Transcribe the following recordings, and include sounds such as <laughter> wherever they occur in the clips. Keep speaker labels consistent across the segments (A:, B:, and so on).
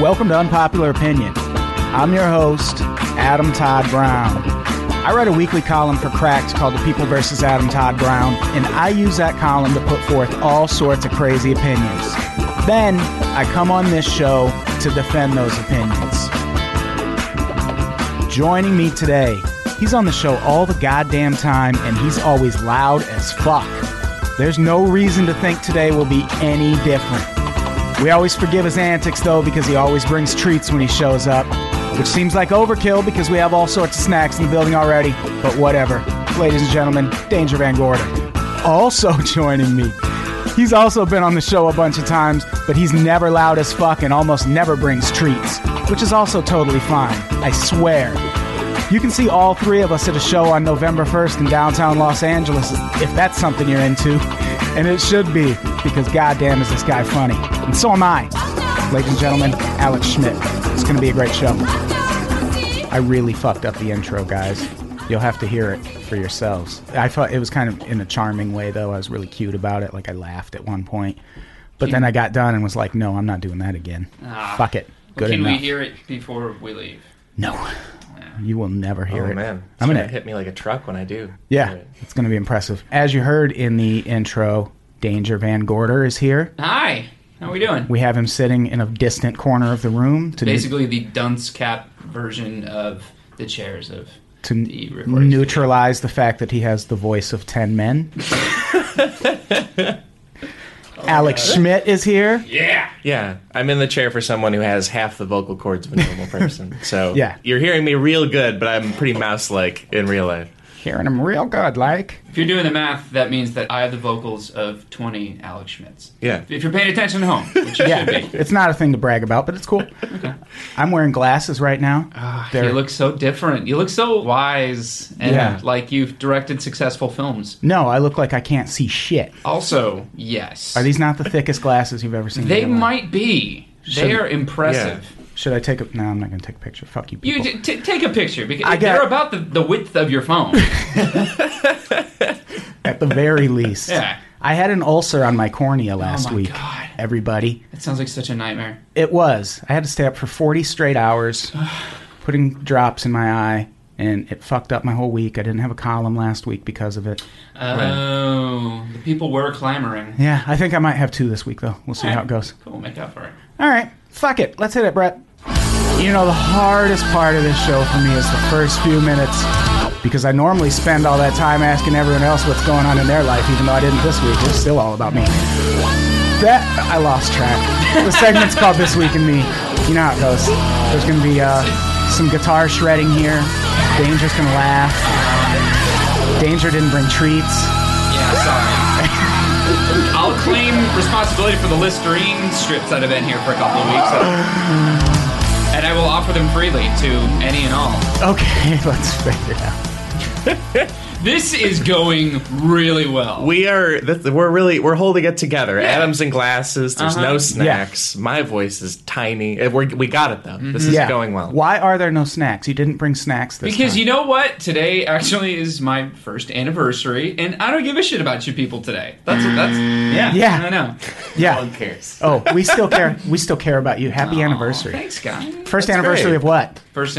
A: Welcome to Unpopular Opinions. I'm your host, Adam Todd Brown. I write a weekly column for Cracks called The People vs. Adam Todd Brown, and I use that column to put forth all sorts of crazy opinions. Then I come on this show to defend those opinions. Joining me today, he's on the show all the goddamn time, and he's always loud as fuck. There's no reason to think today will be any different. We always forgive his antics, though, because he always brings treats when he shows up, which seems like overkill because we have all sorts of snacks in the building already, but whatever. Ladies and gentlemen, Danger Van Gorder. Also <laughs> joining me. He's also been on the show a bunch of times, but he's never loud as fuck and almost never brings treats, which is also totally fine. I swear. You can see all three of us at a show on November 1st in downtown Los Angeles, if that's something you're into. And it should be, because goddamn is this guy funny. And so am I. Ladies and gentlemen, Alex Schmidt. It's going to be a great show. I really fucked up the intro, guys. You'll have to hear it for yourselves. I thought it was kind of in a charming way, though. I was really cute about it. Like, I laughed at one point. But then I got done and was like, no, I'm not doing that again.
B: Ah.
A: Fuck it. Good
B: Can we
A: enough.
B: hear it before we leave?
A: no. You will never hear
C: Oh
A: it.
C: man,
A: I'm
C: It's
A: gonna
C: hit me like a truck when I do.
A: Yeah, it's going to be impressive. As you heard in the intro, Danger Van Gorder is here.
B: Hi, how we doing?
A: We have him sitting in a distant corner of the room to,
B: Basically, the dunce cap version of the chairs of
A: to
B: the recording.
A: neutralize the fact that he has the voice of 10
B: <laughs>
A: men. <laughs> Alex Schmidt is here.
B: Oh yeah,
C: Yeah, I'm in the chair for someone who has half the vocal cords of a
D: <laughs>
C: normal person. So
A: Yeah.
C: you're hearing me real good, but I'm pretty mouse-like in real life.
A: Hearing him real good, like.
B: if you're doing the math, that means that I have the vocals of 20 Alex Schmitz.
C: Yeah.
B: If you're paying attention at home, which you
A: <laughs> Yeah,
B: should be.
A: it's not a thing to brag about, but it's
B: <laughs>
A: cool. I'm wearing glasses right now.
B: You Ah, look so different. You look so wise and
A: Yeah.
B: like you've directed successful films.
A: no, I look like I can't see shit.
B: Also, yes.
A: Are these not the thickest glasses you've ever seen? in
B: They
A: your life?
B: might be. They
A: Should-
B: are impressive.
A: Should I take a? No, I'm not going to take a picture. Fuck you. People.
B: You t- t- take a picture because
A: I got-
B: they're about the, the width of your phone.
A: at the very least.
B: <laughs> Yeah.
A: I had an ulcer on my cornea <laughs> last
B: Oh my
A: week.
B: God.
A: Everybody,
B: That sounds like such a nightmare.
A: it was. I had to stay up for 40 straight
B: <sighs>
A: hours, putting drops in my eye, and it fucked up my whole week. I didn't have a column last week because of it.
B: Oh, the people were clamoring.
A: Yeah, I think I might have two this week though. We'll see how it goes.
B: Cool, make up for it.
A: All right, fuck it. Let's hit it, Brett. You know, the hardest part of this show for me is the first few minutes because I normally spend all that time asking everyone else what's going on in their life, even though I didn't this week. It's still all about me. That I lost track. The segment's called This Week in Me. You know how it goes. There's going to be uh, some guitar shredding here. Danger's going to laugh. Danger didn't bring treats.
B: Yeah, sorry. I'll claim responsibility for the Listerine strips that have been here for a couple of weeks. and I will offer them freely to any and all.
A: Okay, <laughs> let's figure it out.
B: This is going really well.
C: We are that's, we're really we're holding it together. Adam's in glasses. There's
B: Uh-huh.
C: no snacks. My voice is tiny. Uh, We're, we got it though. This is
A: Yeah.
D: Mm-hmm.
C: going well.
A: Why are there no snacks? You didn't bring snacks this
B: because
A: time.
B: you know what? Today actually is my first anniversary, and I don't give a shit about you people today. That's that's yeah,
A: Yeah.
B: I know.
A: yeah.
C: Who cares?
A: Oh, we still care. We still care about you. Happy
B: Oh.
A: anniversary.
B: Thanks, guys.
A: First anniversary
C: great.
A: of what?
B: First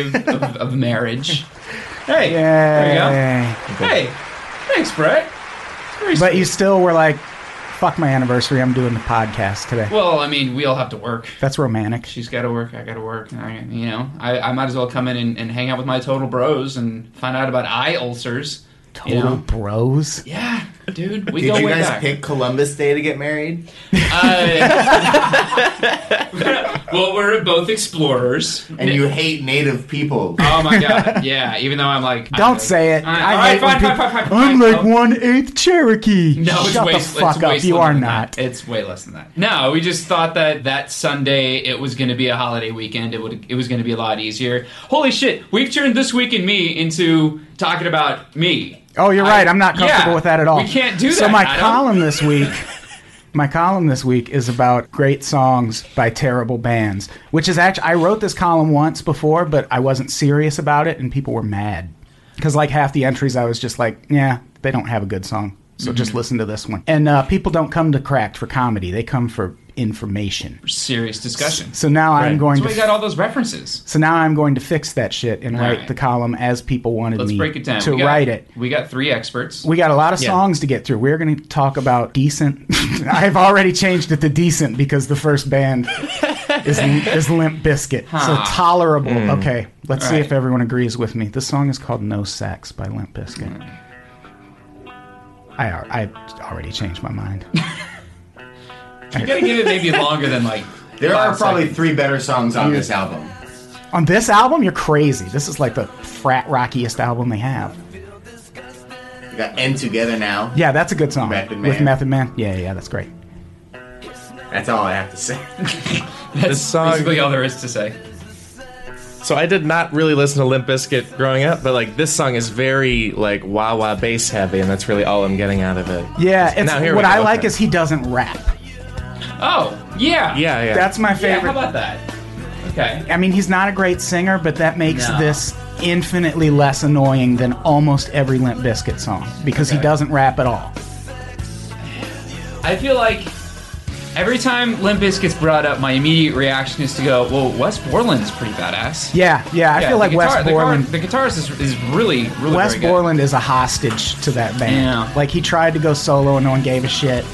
A: <laughs>
B: of, of, of marriage. Hey,
A: Yay.
B: there you go. Hey, thanks, Brett. It's very
A: But
B: sweet.
A: you still were like, "Fuck my anniversary. I'm doing the podcast today."
B: well, I mean, we all have to work.
A: That's romantic.
B: She's got to work. I got to work. and I, you know, I, I might as well come in and, and hang out with my total bros and find out about eye ulcers. you
A: Total
B: know?
A: bros.
B: Yeah, dude, we
D: Did
B: go
D: you
B: way
D: guys
B: back.
D: pick Columbus Day to get married?
B: Uh, <laughs> well, we're both explorers.
D: And you hate native people.
B: Oh my
A: <laughs>
B: god! Yeah, even though I'm like,
A: Don't
B: I-
A: say it.
B: All right,
A: I
B: all right,
A: hate when
B: fine, fine,
A: people-
B: fine, fine,
A: I'm
B: fine.
A: like one eighth Cherokee.
B: No, it's
A: Shut
B: way,
A: the
B: it's
A: fuck
B: way
A: up. You
B: slimmer
A: are
B: than
A: not.
B: That. It's way less than that. No, we just thought that that Sunday it was going to be a holiday weekend. It would it was going to be a lot easier. Holy shit! We've turned this week in me into talking about me.
A: Oh, you're
B: I-
A: right. I'm not comfortable
B: yeah,
A: with that at all.
B: we can't do
A: So
B: that,
A: my
B: Adam.
A: column
B: <laughs>
A: this week, my column this week is about great songs by terrible bands, which is actually I wrote this column once before, but I wasn't serious about it, and people were mad because like half the entries I was just like, yeah, they don't have a good song. So
B: Mm-hmm.
A: just listen to this one. And uh, people don't come to Cracked for comedy; they come for information.
B: Serious
A: <laughs>
B: discussion.
A: So now I'm
C: Right.
A: going
B: That's
A: to.
B: why you got all those references.
A: so now I'm going to fix that shit and write
B: right.
A: the column as people wanted
B: Let's
A: me
B: break it down.
A: to
B: we got,
A: write it.
B: We got three experts.
A: We got a lot of
C: Yeah.
A: songs to get through. We're going to talk about decent. <laughs> I've already changed it to decent because the first band
B: <laughs>
A: is, is Limp Biscuit.
B: Huh.
A: So tolerable. Okay, let's see
B: All right.
A: if everyone agrees with me. This song is called No Sex by Limp Biscuit. I, al- I already changed my
B: <laughs>
A: mind.
B: You gotta give it maybe longer
A: <laughs>
B: than like.
D: There
B: five
D: are probably
B: seconds.
D: three better songs on this album.
A: On this album, you're crazy. This is like the frat rockiest album they have.
D: You got End Together Now.
A: Yeah, that's a good song.
D: Method
A: With
D: Man.
A: Method Man. Yeah, yeah, that's great.
D: That's all I have to say.
B: That's
C: <laughs> This song-
B: basically all there is to say.
C: So I did not really listen to Limp Bizkit growing up, but like this song is very like wah wah bass heavy, and that's really all I'm getting out of it.
A: Yeah, it's,
C: Now, here we
A: what
C: go.
A: I like
C: Okay.
A: is he doesn't rap.
B: Oh yeah.
C: Yeah, yeah.
A: That's my
B: Yeah.
A: favorite.
B: How about that? Okay.
A: I mean, he's not a great singer, but that makes
B: No.
A: this infinitely less annoying than almost every Limp Bizkit song because he
B: Okay.
A: doesn't rap at all.
B: I feel like every time Limp gets brought up, my immediate reaction is to go, "Well, Wes Borland's pretty badass."
A: Yeah, yeah. I
B: Yeah,
A: feel like
B: the guitar-
A: West
B: the
A: Borland.
B: guitar- The, guitarist is, is really, really
A: Wes
B: very good.
A: Borland is a hostage to that band.
B: Yeah.
A: Like he tried to go solo and no one gave a shit.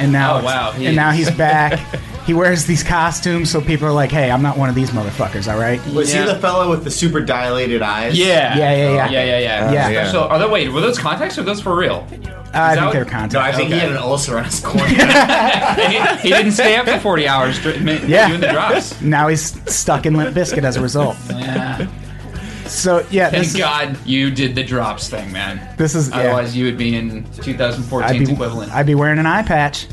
A: And now,
B: Oh,
A: it's-
B: wow, he
A: and now
B: is.
A: he's
B: <laughs>
A: back. he wears these costumes, so people are like, "Hey, I'm not one of these motherfuckers." All right.
D: Was
B: Yeah.
D: he the fellow with the super dilated eyes?
B: Yeah.
A: Yeah, yeah, yeah.
B: yeah, yeah, yeah.
A: Uh, Yeah.
C: yeah.
B: So, are they wait? Were those contacts or those for real?
A: I
B: that
A: think
B: what-
A: they're
D: No, I
A: content.
D: think he
B: Okay.
D: had an ulcer on his cornea.
B: he, he didn't stay up for forty hours dr- ma-
A: Yeah.
B: doing the
A: <laughs>
B: drops.
A: Now he's stuck in Limp Bizkit as a
B: <laughs>
A: result.
B: Yeah.
A: So yeah,
B: Thank
A: this is,
B: God you did the drops thing, man.
A: this is yeah.
B: Otherwise, you would be in 2014's equivalent.
A: I'd be wearing an eye patch,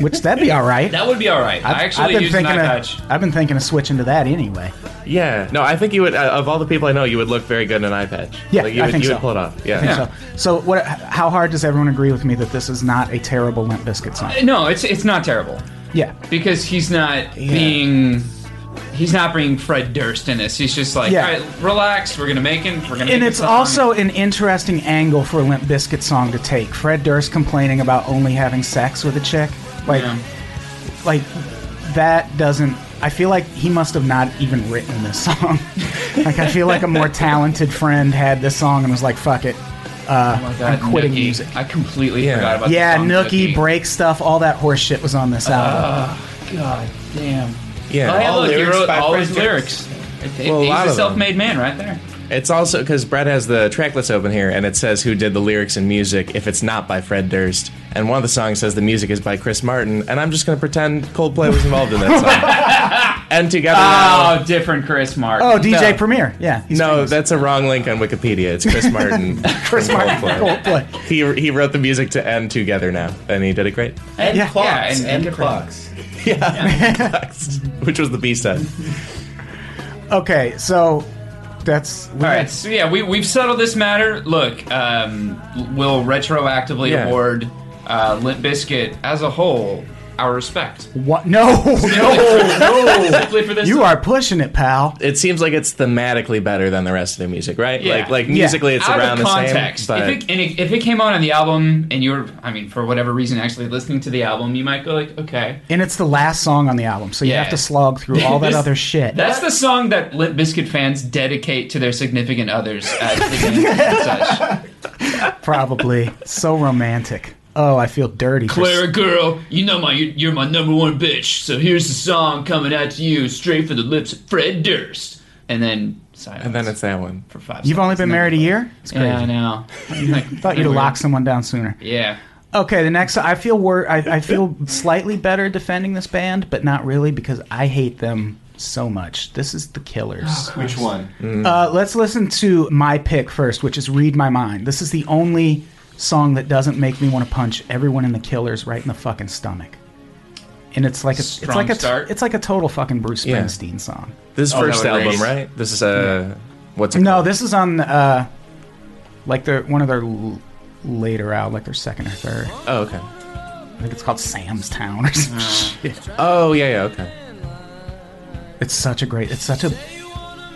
A: which that'd be all
B: <laughs>
A: right.
B: that would be all right. I actually used an
A: thinking of,
B: eye patch.
A: I've been thinking of switching to that anyway.
C: yeah. No, I think you would. Uh, of all the people I know, you would look very good in an eye patch.
A: Yeah,
C: like, you
A: I
C: would,
A: think
C: you
A: so.
C: would pull it off. Yeah.
B: Yeah.
A: So, so what? How hard does everyone agree with me that this is not a terrible Limp Bizkit song?
B: No, it's it's not terrible
A: Yeah,
B: because he's not being. He's not bringing Fred Durst in this. He's just like,
A: Yeah.
B: all right, relax. We're gonna make him. We're gonna.
A: and
B: make a
A: it's
B: song."
A: also an interesting angle for a Limp Bizkit song to take. Fred Durst complaining about only having sex with a chick, like,
B: Yeah. Oh
A: like that doesn't. I feel like he must have not even written this song. <laughs> like I feel like a
B: <laughs>
A: more talented friend had this song and was like, "Fuck it,
B: Oh my God,
A: I'm quitting
B: Nookie.
A: music.
B: I completely
C: Yeah.
B: forgot about
A: Yeah,
B: the song
A: Nookie, break stuff, all that horse shit was on this album.
B: God damn.
C: Yeah.
B: Oh, yeah,
D: All
B: look, he
D: lyrics
B: wrote
D: by
B: all
D: Fred
B: his
D: Durst.
B: lyrics.
C: Well, a
B: He's
C: lot
B: a
C: of them.
B: self-made man right there.
C: It's also because Brett has the track list open here, and it says who did the lyrics and music if it's not by Fred Durst. And one of the songs says the music is by Chris Martin, and I'm just going to pretend Coldplay was involved in that
A: <laughs>
C: song. and together.
A: Ah,
C: now-
B: Oh, different Chris Martin.
A: Oh, DJ
C: No.
A: Premier. Yeah. he's
C: no,
A: famous.
C: that's a wrong link on Wikipedia. It's Chris Martin. Chris
A: Coldplay.
C: He, he wrote the music to end together now, and he did it great.
B: and
A: yeah,
B: clocks.
D: and,
B: and,
D: and
B: different-
D: clocks.
C: Which was the B side.
A: Okay, so that's
B: All right, so yeah, we we've settled this matter. Look, um, we'll retroactively
C: Yeah.
B: award uh, Limp Biscuit as a whole our respect.
A: What? No, no,
B: Simply for this,
A: you are pushing it, pal.
C: It seems like it's thematically better than the rest of their music, right?
B: Yeah.
C: Like like
A: Yeah.
C: musically, it's
B: out
C: around
B: of
C: the same.
B: context.
C: but-
B: if, it, and if, if it came out on the album, and you were, I mean, for whatever reason, actually listening to the album, you might go like, okay,
A: And it's the last song on the album, so you
B: Yeah.
A: have to slog through all that
B: This-
A: other shit.
B: That's the song that Limp Biscuit fans dedicate to their significant others at the end
A: <laughs>
B: and such.
A: Probably so romantic. Oh, I feel dirty. for s-
B: Clara girl, you know my you're my number one bitch. So here's the song coming out to you straight for the lips of Fred Durst, and then silence.
C: and then it's that one.
B: for five.
A: You've only
B: seconds.
A: been married a year. It's crazy.
B: Yeah, I
A: <laughs>
B: know.
A: Thought you'd have locked someone down sooner.
B: Yeah.
A: Okay, the next I feel wor- I, I feel slightly better defending this band, but not really because I hate them so much. This is the
D: <gasps>
A: Killers.
D: Which one?
A: Uh, let's listen to my pick first, which is "Read My Mind." This is the only song that doesn't make me want to punch everyone in the Killers right in the fucking stomach. And it's like a it's
B: Strong
A: like a
B: start.
A: it's like a total fucking Bruce
C: Yeah.
A: Springsteen song.
C: This
D: Oh, that
C: first
D: would
C: album,
D: raise-
C: right? This is uh, what's it
A: No,
C: called?
A: this is on uh, like their one of their l- later out, like their second or third.
C: Oh okay.
A: I think it's called Sam's Town or
B: Hmm.
A: some shit.
C: Oh yeah yeah okay.
A: It's such a great. It's such a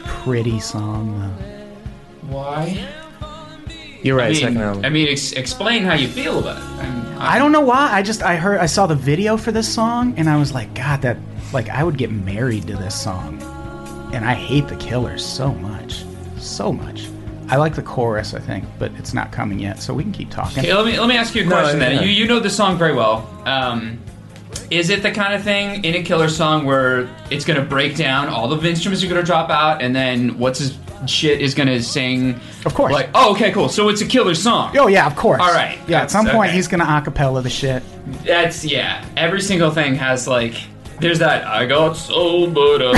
A: pretty song.
B: Why?
A: though.
C: You're right.
B: I mean,
C: second album.
B: I mean ex- explain how you feel about it. I, mean,
A: I don't know why. I just I heard I saw the video for this song and I was like, God, that like I would get married to this song. And I hate the Killers so much, so much. I like the chorus, I think, but it's not coming yet, so we can keep talking.
B: Okay, let me let me ask you a question
C: yeah.
B: then. You you know the song very well. Um, is it the kind of thing in a killer song where it's going to break down, all the instruments are going to drop out, and then what's his shit is going to sing?
A: Of course.
B: Like, oh, okay, cool. So it's a killer song.
A: Oh yeah, of course.
B: All right.
A: Yeah, at
B: That's-
A: some point
B: okay.
A: he's gonna acapella the shit.
B: That's yeah. Every single thing has like. There's that I got so but uh,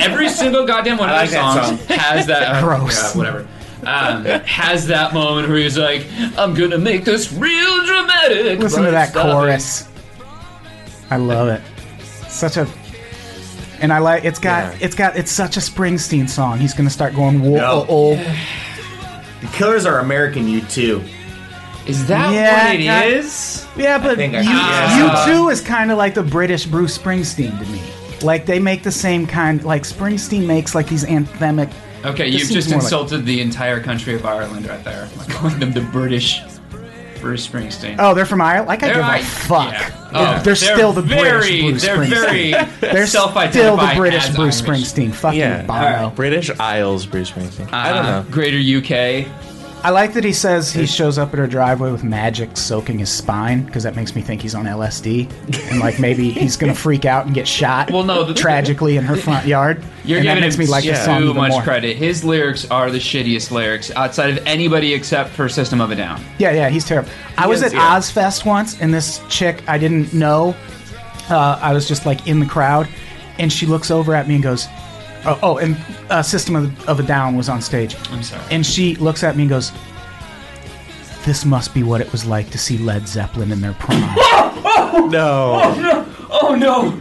B: every single goddamn one of
D: I like
B: those
D: that
B: songs has that uh,
A: <laughs> Gross.
B: yeah, whatever. Um, has that moment where he's like, "I'm gonna make this real dramatic."
A: Listen
B: but
A: to that
B: it's not.
A: chorus. I love it. Such a and I like it's got
C: Yeah.
A: it's got it's such a Springsteen song. He's gonna start going whoa
D: No.
A: oh, oh.
D: The Killers are American U2.
B: Is that
A: Yeah,
B: what it is?
A: that- Yeah, but
D: think I- Uh,
B: Ah.
A: you, you too is kind of like the British Bruce Springsteen to me. Like they make the same kind. Like Springsteen makes like these anthemic.
B: Okay,
A: This
B: you've
A: seems
B: just
A: more like-
B: insulted the entire country of Ireland right there. by calling them the British Bruce Springsteen.
A: Oh, they're from Ireland. Like I give
B: I-
A: a fuck.
B: yeah.
A: They're,
B: Oh,
A: they're still the British
B: very,
A: Bruce
B: They're
A: Springsteen.
B: very <laughs>
A: they're still
B: self-identified
A: the British
B: as
A: Bruce
B: Irish.
A: Springsteen. Fucking
C: yeah.
A: Bono.
C: British Isles, Bruce Springsteen. I don't
B: Uh,
C: know.
B: Greater UK.
A: I like that he says he shows up at her driveway with magic soaking his spine because that makes me think he's on LSD and like maybe he's gonna freak out and get shot.
B: Well, no, the-
A: tragically in her front yard.
B: You're
A: and that
B: giving
A: makes
B: him
A: me like
B: too
A: this song even
B: much
A: more.
B: credit. His lyrics are the shittiest lyrics outside of anybody except for System of a Down.
A: Yeah, yeah, he's terrible. I was
B: is,
A: at
B: yeah.
A: Ozfest once, and this chick I didn't know, uh, I was just like in the crowd, and she looks over at me and goes, "Oh, oh and uh, System of, of a Down was on stage."
B: I'm sorry.
A: And she looks at me and goes, "This must be what it was like to see Led Zeppelin in their prime."
C: <laughs> No.
B: No, oh no,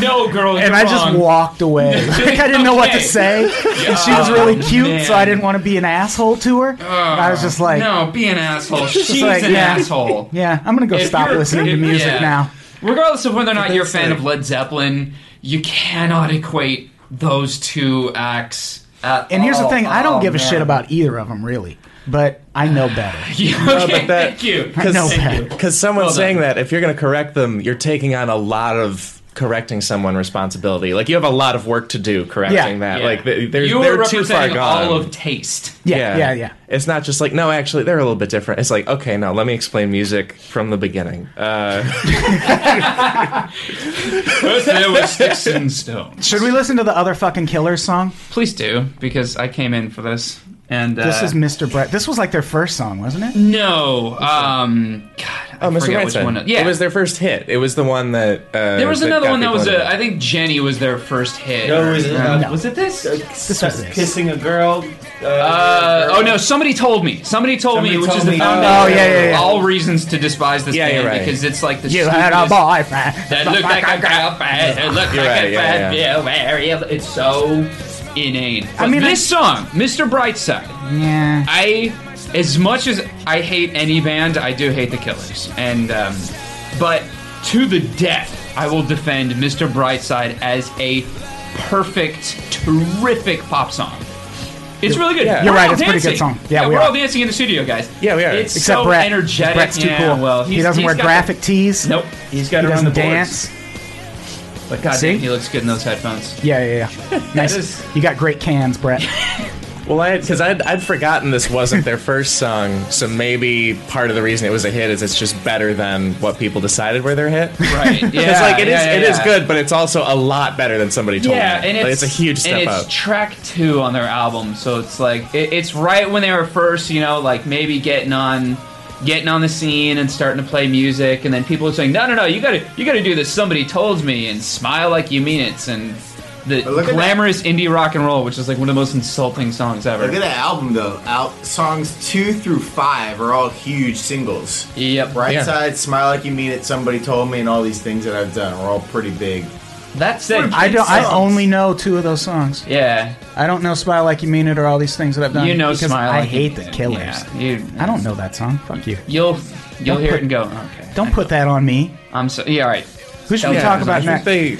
B: no, girl.
A: and
B: you're
A: I just
B: wrong.
A: walked away.
B: <laughs>
A: like I didn't know what to
B: Okay. Oh,
A: say, and she was really cute, so
B: man. Oh,
A: I didn't want to be an asshole to her. And I was just like,
B: no, be an
C: <laughs>
B: asshole. She's
A: like,
B: an
A: yeah.
B: asshole.
A: "Yeah, I'm gonna go
B: If
A: stop
B: you're-
A: listening to
B: if-
A: music
B: yeah.
A: now."
B: Regardless of whether or not you're a
C: that's
B: fan
C: like-
B: of Led Zeppelin, you cannot equate those two acts. At
A: And here's the
B: all.
A: thing: I don't
B: Oh,
A: give a
B: man.
A: shit about either of them, really. But I know <sighs> better.
B: Yeah, <laughs> okay,
C: that-
B: thank
C: <laughs>
B: you.
A: I know
B: Thank
A: better.
B: you.
C: Because someone
B: Well done.
C: saying that, if you're going to correct them, you're taking on a lot of correcting someone responsibility. Like you have a lot of work to do correcting that.
B: Yeah.
C: Like they, they're,
B: you
C: they're
B: were
C: too far
B: representing
C: gone.
B: all of
C: <laughs>
B: taste.
A: Yeah, yeah, yeah.
C: It's not just like no, actually, they're a little bit different. It's like okay, no, let me explain music from the beginning. Uh,
B: First there
C: <laughs>
B: was sticks and stones.
A: Should we listen to the other fucking Killers song?
B: Please do, because I came in for this. And uh,
A: This is Mr. Brett. This was like their first song, wasn't it?
B: no. Um, God, I
C: oh, Mr.
B: forget
C: Whiteside.
B: which one. Yeah,
C: It was their first hit. It was the one that uh,
B: there was
C: that
B: another
C: got
B: one that
C: people
B: was.
C: into
B: A,
C: it.
B: I think Jenny was their first hit. Um,
D: No,
B: or-
D: it was, uh, No.
B: was it this?
A: This was this.
D: Kissing a girl. Uh,
B: Uh,
D: girl.
B: oh no! Somebody told me. Somebody told
D: Somebody
B: me, which
D: told
B: is the
D: me.
B: foundation
A: Oh, yeah, yeah,
B: of
A: yeah.
B: all reasons to despise this
C: Yeah,
B: band
C: you're right.
B: because it's like the
A: You had a <laughs>
B: stupidest-
A: boyfriend.
B: that looked like a girlfriend. It looked
C: You're
B: like
C: right,
B: a
C: yeah,
B: friend.
C: yeah.
B: Yeah, where you- It's so inane. But
A: mean, I-
B: this song, Mr. Brightside.
A: Yeah.
B: I, as much as I hate any band, I do hate the Killers, and um, but to the death, I will defend Mr. Brightside as a perfect, terrific pop song. It's really good.
C: yeah.
B: We're
C: You're
A: right,
B: all
A: it's a pretty good
B: dancing.
A: song. Yeah, we
B: we're
A: are.
B: all dancing in the studio, guys.
C: Yeah, we are.
B: It's
A: Except
B: so
A: Brett.
B: energetic.
A: Brett's too
B: Yeah,
A: cool.
B: Well,
A: he
B: he's-
A: doesn't
B: he's
A: wear
B: got
A: graphic tees.
B: The, nope.
D: He's
A: He
D: got to run the
A: doesn't
D: boards.
A: dance.
B: But God,
A: See?
B: damn, he looks good in those headphones.
A: Yeah, yeah,
B: <laughs>
A: yeah.
B: is-
A: nice. You got great cans, Brett.
C: Well, I because I'd, I'd forgotten this wasn't their first song, so maybe part of the reason it was a hit is it's just better than what people decided were their hit.
A: <laughs>
B: Right. Yeah.
C: it's like it is
B: yeah,
C: it is
B: yeah.
C: good, but it's also a lot better than somebody told
B: Yeah,
C: me.
B: and
C: Like,
B: it's,
C: a huge step
B: and it's
C: up.
B: track two on their album, so it's like it, it's right when they were first, you know, like maybe getting on, getting on the scene and starting to play music, and then people are saying, no, no, no, you gotta, you gotta do this. Somebody told me, and smile like you mean it, and the
D: But look at
B: glamorous indie rock and roll, which is like one of the most insulting songs
D: Look at
B: ever.
D: that album though. Out songs two through five are all huge singles.
B: Yep,
D: Bright
C: Yeah.
D: Side, Smile Like You Mean It, Somebody Told Me, and all these things that I've done are all pretty big.
B: That's it.
A: I don't. I
D: songs.
A: only know two of those songs.
B: yeah,
A: I don't know "Smile Like You Mean It" or all these things that I've done.
B: you know,
A: because
B: smile.
A: I
B: like you
A: hate
B: mean
A: the
B: it.
A: Killers.
B: Yeah, you,
A: I don't know that song. Fuck you.
B: You'll, you'll
A: Don't
B: hear
A: put-
B: it and go. Okay.
A: Don't put that on me.
B: I'm so. Yeah, all right.
A: Who should we
C: Yeah,
A: talk
C: I
A: about
C: think
A: next?
C: They,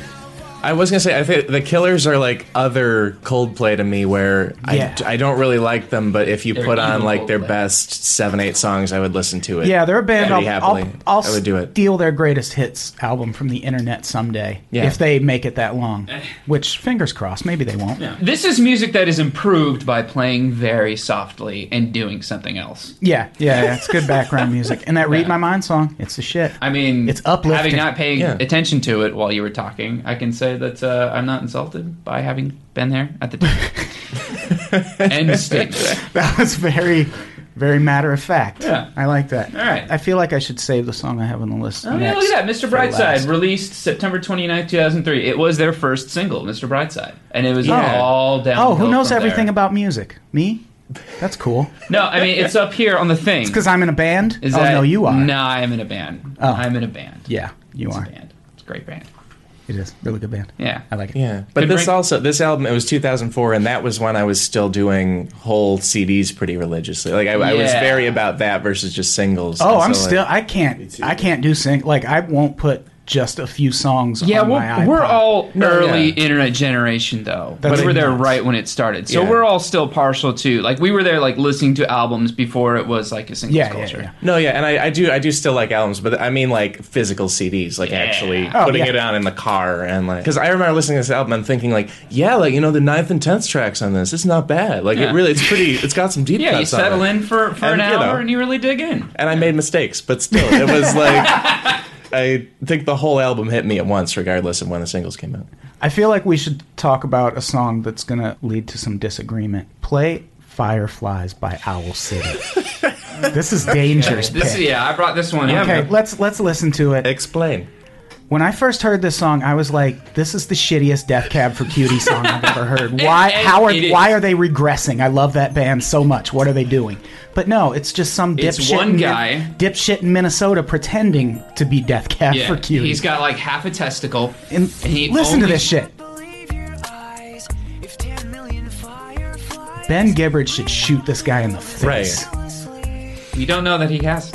C: I was gonna say I think the Killers are like other Coldplay to me, where
A: Yeah.
C: I, I don't really like them, but if you
B: They're
C: put on
B: evil
C: like their
B: Coldplay.
C: best seven eight songs, I would listen to it.
A: Yeah, they're a band.
C: Pretty
A: I'll, I'll,
C: happily.
A: I'll
C: I would do it.
A: steal their greatest hits album from the internet someday
C: Yeah.
A: if they make it that long.
B: Eh.
A: Which fingers crossed, maybe they won't. Yeah,
B: This is music that is improved by playing very softly and doing something else.
A: yeah, yeah, it's good background <laughs> music. And that "Read My Mind" song, it's the shit.
B: I mean,
A: It's uplifting.
B: Having not paid
C: Yeah.
B: attention to it while you were talking, I can say that uh, I'm not insulted by having been there at
A: <laughs>
B: the time. End statement.
A: that was very, very matter of fact.
B: Yeah.
A: I like that.
B: All right.
A: I feel like I should save the song I have on the list.
B: Oh yeah, look at that. Mr. Brightside, released September 29th, 2003. It was their first single, Mr. Brightside. And it was
C: Yeah.
B: all down.
A: Oh, who knows everything about music? Me? That's
B: <laughs>
A: cool.
B: No, I mean, it's up here on the thing.
A: Because I'm in a band.
B: Is
A: oh
B: that-
A: no, you are.
B: No, I'm in a band.
A: Oh.
B: I'm in a band.
A: Yeah, you
B: It's
A: are.
B: a band. It's a great band.
A: It is really good band.
B: Yeah.
A: I like it.
C: Yeah, but
B: Could
C: this
B: bring-
C: also this album it was 2004, and that was when I was still doing whole CDs pretty religiously. Like I, I was
B: Yeah.
C: very about that versus just singles.
A: Oh,
C: And
A: I'm
C: so, like,
A: still. I can't. I can't do sing. Like I won't put just a few songs.
B: Yeah,
A: on my
B: we're, we're
A: iPod.
B: all
C: No,
B: early
C: Oh, yeah.
B: internet generation though.
A: That's
B: but we're there
A: nuts.
B: right when it started. So
C: Yeah.
B: we're all still partial to like we were there like listening to albums before it was like a singles
A: Yeah, yeah,
B: culture.
A: yeah.
C: No, yeah, and I, I do I do still like albums, but I mean like physical CDs, like actually
A: Oh,
C: putting
A: yeah.
C: it on in the car and like because I remember listening to this album and thinking like, yeah, like you know the ninth and tenth tracks on this, it's not bad. Like
B: Yeah.
C: it really, it's pretty. It's got some deep.
B: Yeah, you
C: cuts on
B: settle
C: it.
B: in for, for an
C: And, you
B: hour
C: know.
B: and you really dig in.
C: And I made mistakes, but still,
B: <laughs>
C: it was like I think the whole album hit me at once, regardless of when the singles came out.
A: I feel like we should talk about a song that's gonna lead to some disagreement. Play "Fireflies" by Owl City. this is dangerous.
B: This
A: pick.
B: yeah, I brought this one up.
A: Okay, let's let's listen to it.
C: Explain.
A: When I first heard this song, I was like, "This is the shittiest Death Cab for Cutie song I've ever
B: <laughs>
A: heard. Why?
B: and
A: How are
B: it is.
A: why are they regressing? I love that band so much. What are they doing?" But no, it's just some
B: It's
A: dipshit,
B: one
A: in Min-
B: guy.
A: dipshit in Minnesota pretending to be Death Cab
B: Yeah.
A: for Cutie.
B: He's got like half a testicle.
A: and
B: he
A: listen to
B: only-
A: this shit.
E: believe your eyes if 10 million fireflies
A: Ben Gibbard should shoot this guy in the face.
B: You don't know that he has.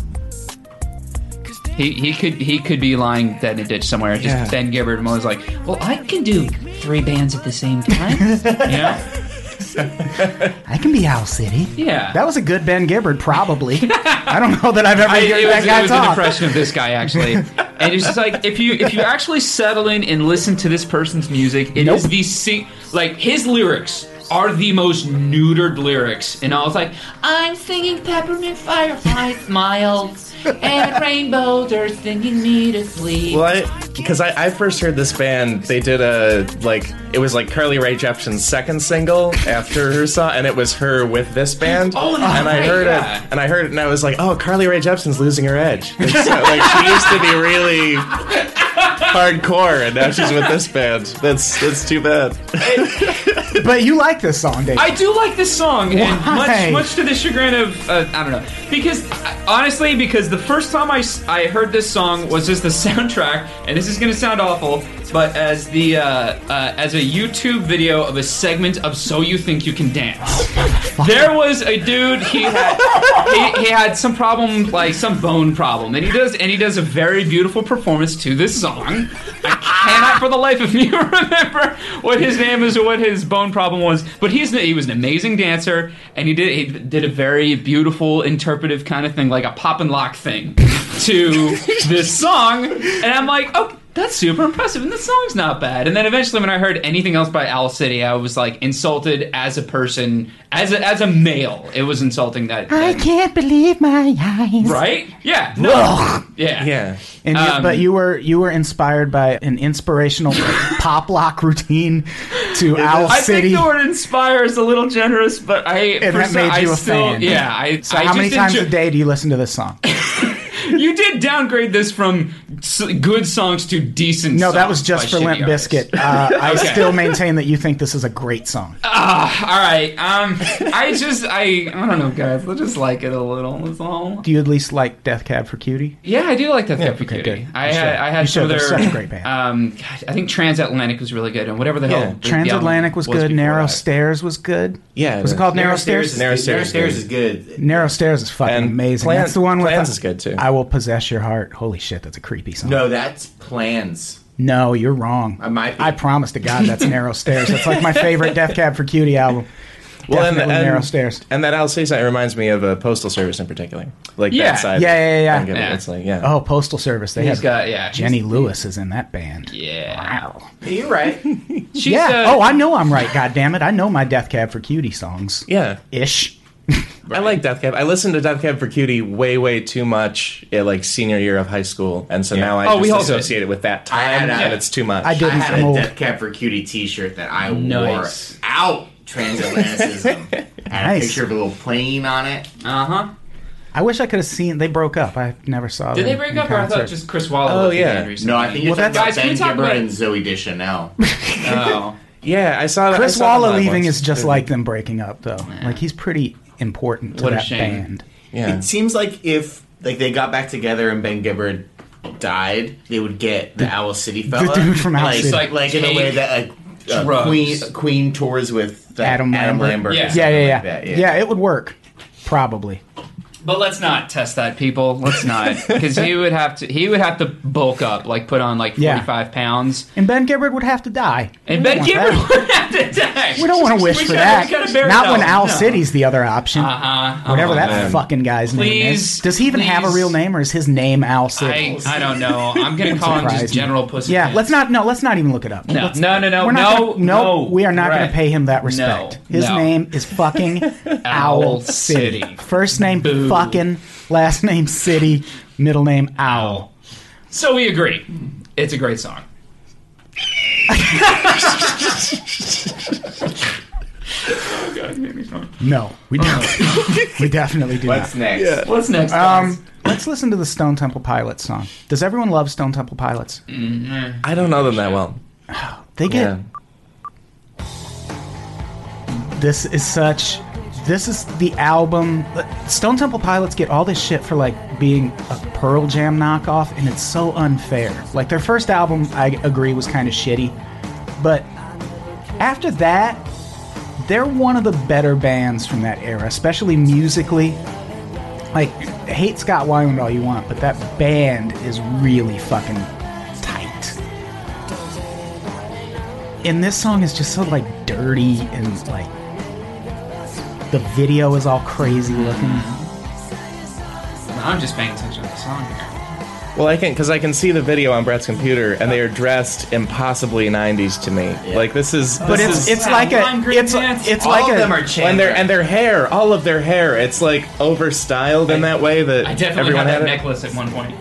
B: He, he could he could be lying dead in a ditch somewhere. Just
A: Yeah.
B: Ben Gibbard and was like, well, I can do three bands at the same
A: <laughs>
B: time. you know?
A: I can be Owl City.
B: Yeah.
A: That was a good Ben Gibbard,
B: <laughs>
A: probably. I don't know that I've ever
B: I,
A: heard
B: it
A: that
B: was,
A: guy
B: it was an
A: talk.
B: impression of this
A: <laughs>
B: guy actually, and it's just like if you if you actually settle in and listen to this person's music, it is
A: Nope.
B: the sing- like his lyrics are the most neutered lyrics, and I was like, I'm singing peppermint firefly smiles and rainbows are singing me to sleep.
C: Well, I because I, I first heard this band, they did a like it was like Carly Rae Jepsen's second single after her song, and it was her with this band.
B: Oh, that's
C: and I
B: right,
C: heard
B: yeah.
C: it, and I heard it, and I was like, oh, Carly Rae Jepsen's losing her edge. <laughs> And so, like she used to be really hardcore, and now she's with this band. That's that's too bad.
A: But you like this song, Dave.
B: I do like this song, and
A: Why?
B: much much to the chagrin of uh, I don't know, because I- honestly, because the first time I, s- I heard this song was just the <laughs> soundtrack, and this is gonna sound awful, but as the uh, uh, as a YouTube video of a segment of So You Think You Can Dance. There was a dude. He had, he, he had some problem, like some bone problem, and he does and he does a very beautiful performance to this song. I cannot for the life of me <laughs> remember what his name is or what his bone problem was, but he's he was an amazing dancer, and he did he did a very beautiful interpretive kind of thing, like a pop and lock thing, to this song, and I'm like, oh. That's super impressive, and the song's not bad. And then eventually, when I heard anything else by Owl City, I was like insulted as a person, as a, as a male. It was insulting that,
A: I
B: that-
A: can't believe my eyes.
B: right? Yeah, no,
A: Ugh.
B: yeah,
C: Yeah.
A: And you,
B: Um,
A: but you were you were inspired by an inspirational pop lock routine to Owl
B: I
A: City.
B: think the word "inspire" is a little generous, but I
A: And that
B: for some-
A: made you
B: I
A: a
B: still,
A: fan.
B: Yeah, I.
A: so
B: I
A: how many
B: just
A: times
B: enjoy-
A: a day do you listen to this song?
B: You did downgrade this from s- good songs to decent.
A: No, that
B: songs
A: was just
B: by
A: for
B: shitty
A: Limp
B: artists.
A: Biscuit. Uh, I
B: Okay.
A: still maintain that you think this is a great song.
B: Ah, <laughs> all right. Um, I just I I don't know, guys. I just like it a little. That's all.
A: Do you at least like Death Cab for Cutie?
B: Yeah, I do like that yeah,
A: okay, good.
B: I
A: You
B: had,
A: should.
B: I
A: You
B: had some
A: should.
B: of their
A: They're such a great band.
B: Um, God, I think Transatlantic was really good, and whatever the hell. the- the
A: Transatlantic
B: album
A: was good.
B: before
A: Narrow
B: that.
A: Stairs was good.
C: Yeah,
A: was it
C: yeah.
A: called Narrow,
D: Narrow
A: Stairs?
D: Stairs,
C: Narrow
D: is, good. Narrow
C: Stairs
D: Stairs
C: is
D: is good.
A: Narrow Stairs is fucking
C: And
A: amazing.
C: Plan-
A: that's the one with
C: Plans
A: uh,
C: is good, too.
A: I will possess your heart. Holy shit, that's a creepy song.
D: No, that's plans.
A: No, you're wrong. I
D: might be.
A: I promise to God that's Narrow Stairs. That's like my favorite Death Cab for Cutie album. Definitely Narrow Stairs.
C: And that Alsace site reminds me of a postal service in particular, like
B: Yeah.
C: that side.
A: Yeah, yeah, yeah, yeah.
C: I'm gonna-
B: Yeah.
C: It's like yeah.
A: Oh, Postal Service. They
B: He's
A: have
B: got- yeah, he's-
A: Jenny Lewis is in that band.
B: Yeah.
A: Wow. <laughs>
D: You're right.
B: She's,
A: Yeah.
B: uh,
A: oh, I know I'm right. God damn it. I know my Death Cab for Cutie songs.
C: yeah.
A: Ish.
C: I like Death Cab. I listened to Death Cab for Cutie way, way too much, eh, like senior year of high school, and so now I
B: Oh, we all
C: just
B: did.
C: associate it with that
D: I had
C: time,
D: a-
C: and it's too much.
A: I
D: I
A: did.
D: had
A: I'm
D: a
A: old.
D: Death Cab for Cutie T-shirt that I
B: Nice.
D: wore out <laughs> transatlanticism. Had a
A: Nice.
D: picture of a little plane on it.
B: uh huh.
A: I wish I could have seen. They broke up. I never saw
B: Did
A: them
B: they break
A: in
B: up, or I thought
A: concert.
B: just Chris Wallace?
C: Oh,
B: looked at
C: yeah.
B: Andrew
D: No, I think
B: something?
D: you're
A: Well,
D: talking about
B: that's- Guys, can we
D: Ben
B: talk
D: Gibbard
B: about-
D: <laughs> and Zoe Deschanel.
B: Oh.
C: yeah, I saw that.
A: Chris Walla leaving is just like them breaking up, though. Like he's pretty important to
B: What a
A: that
B: shame.
A: band.
C: Yeah.
D: It seems like if like they got back together and Ben Gibbard died, they would get the, Owl City fella,
A: dude from Owl
D: like,
A: City.
D: like, like in a way that a, a
B: drugs.
D: Queen Queen tours with the
A: Adam Lambert.
D: or
B: Yeah.
A: Yeah,
D: something
A: yeah, yeah.
D: like that,
A: yeah. it would work. Probably.
B: <laughs> But let's not test that, people. Let's not, because he would have to. He would have to bulk up, like put on like
A: Yeah.
B: forty-five pounds,
A: And Ben Gibbard would have to die.
B: and
A: We
B: Ben
A: don't
B: Gibbard
A: want that.
B: would have to die.
A: We don't
B: <laughs>
A: want to wish
B: We
A: for
B: gotta-
A: that.
B: we gotta bury
A: Not
B: that
A: when
B: one.
A: Owl
B: No.
A: City's the other option.
B: Uh-huh.
A: Whatever that
C: man.
A: fucking guy's name is.
B: Please,
A: Does he even have a
B: please.
A: real name, or is his name Owl City?
B: I, I don't know. I'm gonna call him
A: surprised
B: just
A: me.
B: General Pussy.
A: yeah,
B: Pants.
A: let's not. No, let's not even look it up.
B: No,
A: Let's-
B: no, no, no,
A: we're not
B: no,
A: gonna- no,
B: no,
A: We are not going
B: Brett.
A: to pay him that respect.
B: No,
A: His
B: no.
A: name is
B: <laughs>
A: fucking
B: Owl
A: Owl
B: City.
A: City. First name
B: Boo.
A: fucking, last name City, middle name Owl.
B: So we agree. It's a great song. oh God, you made me smart.
A: No, we
B: Oh.
A: don't.
B: <laughs>
A: we definitely do
D: What's
A: not.
D: next?
B: What's next? guys?
A: Um, let's listen to the Stone Temple Pilots song. Does everyone love Stone Temple Pilots?
B: Mm.
C: I don't know them that well.
A: They get
C: Yeah.
A: this is such this is the album stone temple pilots get all this shit for like being a pearl jam knockoff and it's so unfair like their first album i agree was kind of shitty but after that they're one of the better bands from that era especially musically like hate scott wyland all you want but that band is really fucking tight and this song is just so like dirty and like the video is all crazy looking.
B: I'm just paying attention to the song here.
C: Well, I can because I can see the video on Brett's computer, and they are dressed impossibly '90s to me. Like this is,
A: But
C: this
A: it's
C: is,
A: it's like a
B: Lime green
A: it's
B: pants.
A: it's
D: All
A: like
D: of
A: a
D: them are
C: and
D: Chandler.
C: their and their hair, all of their hair, it's like overstyled in that way that
B: I definitely
C: everyone
B: had that
C: had it.
B: necklace at one point.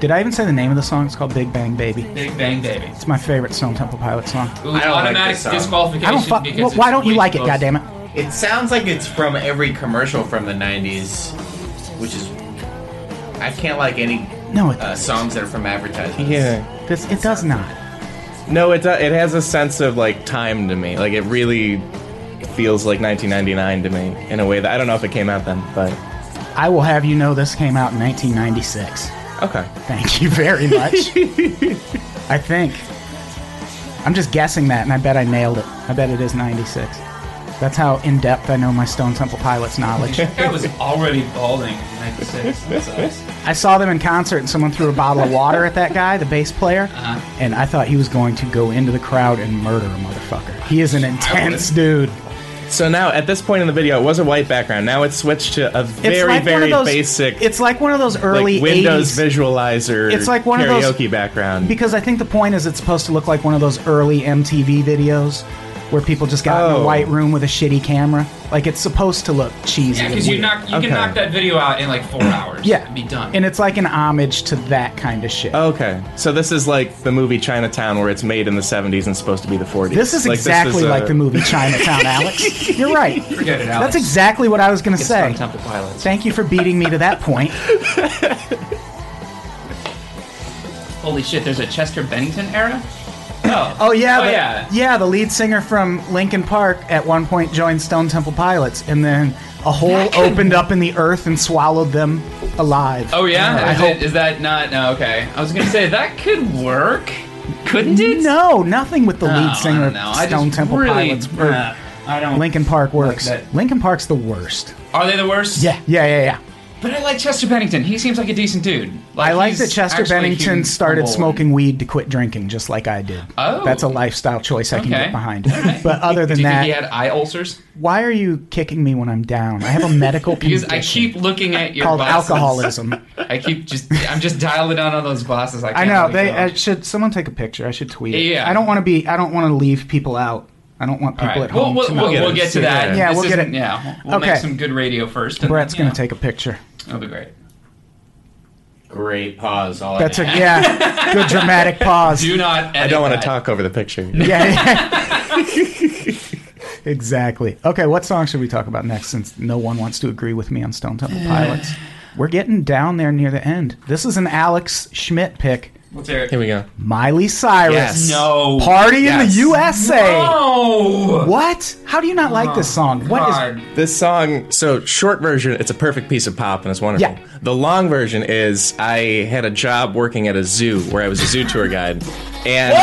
A: Did I even say the name of the song? It's called Big Bang Baby.
B: Big Bang Baby.
A: It's my favorite Stone Temple Pilots song.
B: It was
D: I don't like
B: automatic
D: this song.
B: disqualification.
A: I don't fuck.
B: because
A: Well,
B: it's
A: why don't you
B: way
A: like it?
B: too close.
A: goddammit?
D: It sounds like it's from every commercial from the '90s, which is I can't like any
A: No, it
D: uh, songs that are from advertisements.
C: Yeah.
A: this, it does not.
C: No, it do- it has a sense of like time to me. Like it really feels like 1999 to me in a way that I don't know if it came out then, but
A: I will have you know this came out in 1996.
C: okay.
A: Thank you very
B: <laughs>
A: much. I think. I'm just guessing that, and I bet I nailed it. I bet it is 96. That's how in depth I know my Stone Temple Pilots knowledge.
B: That guy was already balding
A: <laughs>
B: in 96. That sucks.
A: I saw them in concert, and someone threw a bottle of water at that guy, the bass player,
C: Uh-huh.
A: and I thought he was going to go into the crowd and murder a motherfucker. He is an intense dude.
C: So now at this point in the video, it was a white background. Now it's switched to a
A: It's
C: very
A: like one
C: very
A: of those,
C: basic
A: It's like one of those
C: like
A: early
C: Windows
A: 80s
C: visualizer.
A: It's like one of
C: karaoke
A: those-
C: background.
A: because I think the point is it's supposed to look like one of those early MTV videos where people just got in
C: Oh.
A: a white room with a shitty camera. Like it's supposed to look cheesy.
B: Yeah,
A: and
B: because you
A: weird.
B: knock you
C: Okay.
B: can knock that video out in like four hours.
A: yeah,
B: and be done.
A: And it's like an homage to that kind of shit.
C: Okay, so this is like the movie Chinatown, where it's made in the '70s and supposed to be the '40s.
A: This is
C: Like,
A: exactly
C: is, uh,
A: like the movie Chinatown,
C: <laughs>
A: Alex. You're right.
B: Forget it, Alex.
A: That's exactly what I was going to
B: It's
A: say.
B: from Temple Pilots.
A: Thank you for beating me to that point.
B: Holy shit! There's a Chester Bennington era. <laughs> Oh.
A: Oh yeah,
B: Oh
A: the,
B: yeah.
A: the lead singer from Linkin Park at one point joined Stone Temple Pilots, and then a hole opened up in the earth and swallowed them alive.
B: Oh yeah.
A: I
B: Is,
A: hope.
B: it, is that not? No. Okay. I was gonna say that could work. Couldn't it?
A: No, nothing with the
B: No,
A: lead singer of
B: Oh, I don't know. I
A: Stone
B: just
A: Temple
B: really,
A: Pilots or
B: nah, I don't.
A: Linkin Park works.
B: that.
A: Linkin Park's the worst.
B: Are they the worst?
A: Yeah, yeah, yeah, yeah.
B: But I like Chester Bennington. He seems like a decent dude.
A: I like
B: he's
A: that Chester
B: actually
A: Bennington
B: humble
A: started
B: and-
A: smoking weed to quit drinking, just like I did.
B: Oh.
A: That's a lifestyle choice I can
B: Okay.
A: get behind.
B: All right.
A: But other
B: Do
A: than
B: you
A: that,
B: think he had eye ulcers?
A: why are you kicking me when I'm down? I have a medical
B: <laughs> Because
A: condition
B: I keep looking at your
A: called
B: bosses.
A: alcoholism.
B: <laughs> I keep just I'm just dialing down on those bosses. I,
A: I
B: can't
A: know.
B: let
A: They uh,
B: go.
A: I should someone take a picture. I should tweet. it.
B: Yeah.
A: I don't want to be. I don't want to leave people out. I don't want
B: All
A: people
B: right.
A: at home.
B: we'll,
A: to
B: we'll,
A: know.
B: we'll,
C: We'll
B: we'll
C: get
B: get
C: it.
B: to that.
A: Yeah,
B: This
A: we'll get
B: isn't-
A: it.
B: Yeah, we'll
A: Okay.
B: make some good radio first. and
A: Brett's
B: then,
A: gonna
B: yeah,
A: take a picture.
B: That'll be great.
D: Great pause. All
A: That's
D: I
A: a
D: had.
A: yeah. Good
B: <laughs>
A: dramatic pause.
B: Do not. Edit
C: I don't want to
B: that.
C: talk over the picture.
A: Yeah.
B: <laughs>
A: exactly. Okay, what song should we talk about next since no one wants to agree with me on Stone Temple
B: Uh,
A: Pilots? We're getting down there near the end. This is an Alex Schmidt pick.
B: Let's hear it.
C: Here we go.
A: Miley Cyrus.
C: Yes.
B: No.
A: Party in the
C: Yes.
A: USA.
B: No.
A: What? How do you not like this song? What is?
B: God.
C: This song, so short version, it's a perfect piece of pop and it's wonderful.
A: Yeah.
C: The long version is I had a job working at a zoo where I was a zoo tour guide, and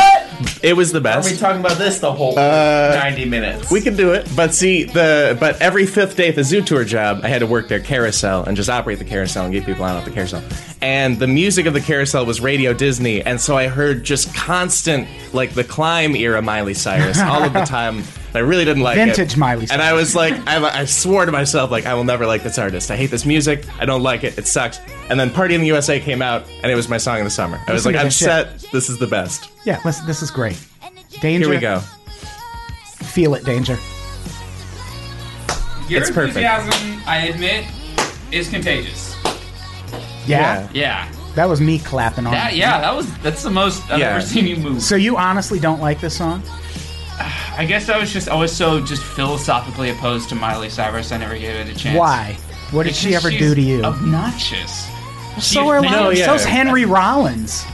C: it was the
D: Are we
C: best.
D: talking about this the whole 90 minutes?
C: Uh, We could do it, but see the but every fifth day at the zoo tour job, I had to work their carousel and just operate the carousel and get people out of the carousel. And the music of the carousel was Radio Disney, and so I heard just constant like the climb era Miley Cyrus all
A: <laughs>
C: of the time. And I really didn't like it.
A: Vintage Miley
C: And I was like, I, I swore to myself, like I will never like this artist. I hate this music. I don't like it. It sucks. And then Party in the USA came out, and it was my song of the summer. I was
A: Listen
C: like,
A: to
C: I'm
A: this shit.
C: set. This is the best.
A: Yeah, listen, this is great. Danger.
C: Here we go.
A: Feel it, danger.
B: Your
C: It's perfect.
B: enthusiasm, I admit, is contagious.
A: Yeah,
B: Yeah.
A: that was me clapping on.
B: That,
A: it.
B: yeah, that was that's the most I've
C: Yeah.
B: ever seen you move.
A: So you honestly don't like this song?
B: I guess I was just I was so just philosophically opposed to Miley Cyrus. I never gave it a chance.
A: Why? What did
B: Because
A: she ever
B: she's
A: do to you?
B: Obnoxious.
A: so
B: you
A: are
B: think-
A: no,
C: No, yeah.
A: so's Henry Rollins.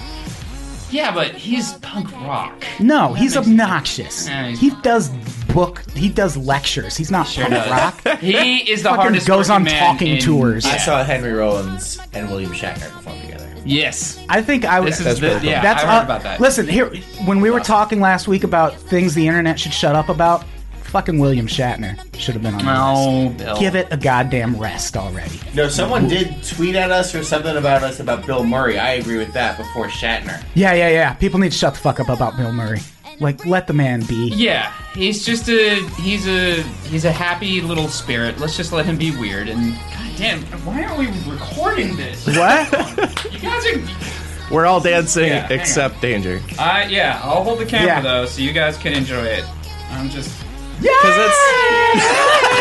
B: Yeah, but he's punk rock.
A: No, he's
B: makes-
A: obnoxious.
B: Yeah, he's-
A: He does book. He does lectures. He's not
B: Sure
A: punk
B: does. <laughs>
A: rock.
B: He is the
A: Fucking
B: hardest.
A: goes on
B: working man
A: talking
B: in-
A: tours.
D: I
B: Yeah.
D: saw Henry Rollins and William Shatner perform together.
B: Yes.
A: I think I was.
B: This is
C: That's
B: the,
C: pretty cool.
B: yeah.
A: that's
B: I heard
A: uh,
B: about that.
A: Listen here. When we were talking last week about things the internet should shut up about, fucking William Shatner should have been on. the list.
B: No, Bill.
A: Give it a goddamn rest already.
D: No, someone did tweet at us or something about us about Bill Murray. I agree with that before Shatner.
A: Yeah, yeah, yeah. People need to shut the fuck up about Bill Murray. Like, let the man be.
B: Yeah, he's just a he's a he's a happy little spirit. Let's just let him be weird. And goddamn, why aren't we recording this?
A: <laughs> What?
B: You guys are.
C: We're all dancing
B: Yeah, hang on.
C: except Danger.
B: I uh, yeah, I'll hold the camera
A: Yeah.
B: though, so you guys can enjoy it. I'm just.
C: Because
A: Ah!
C: that's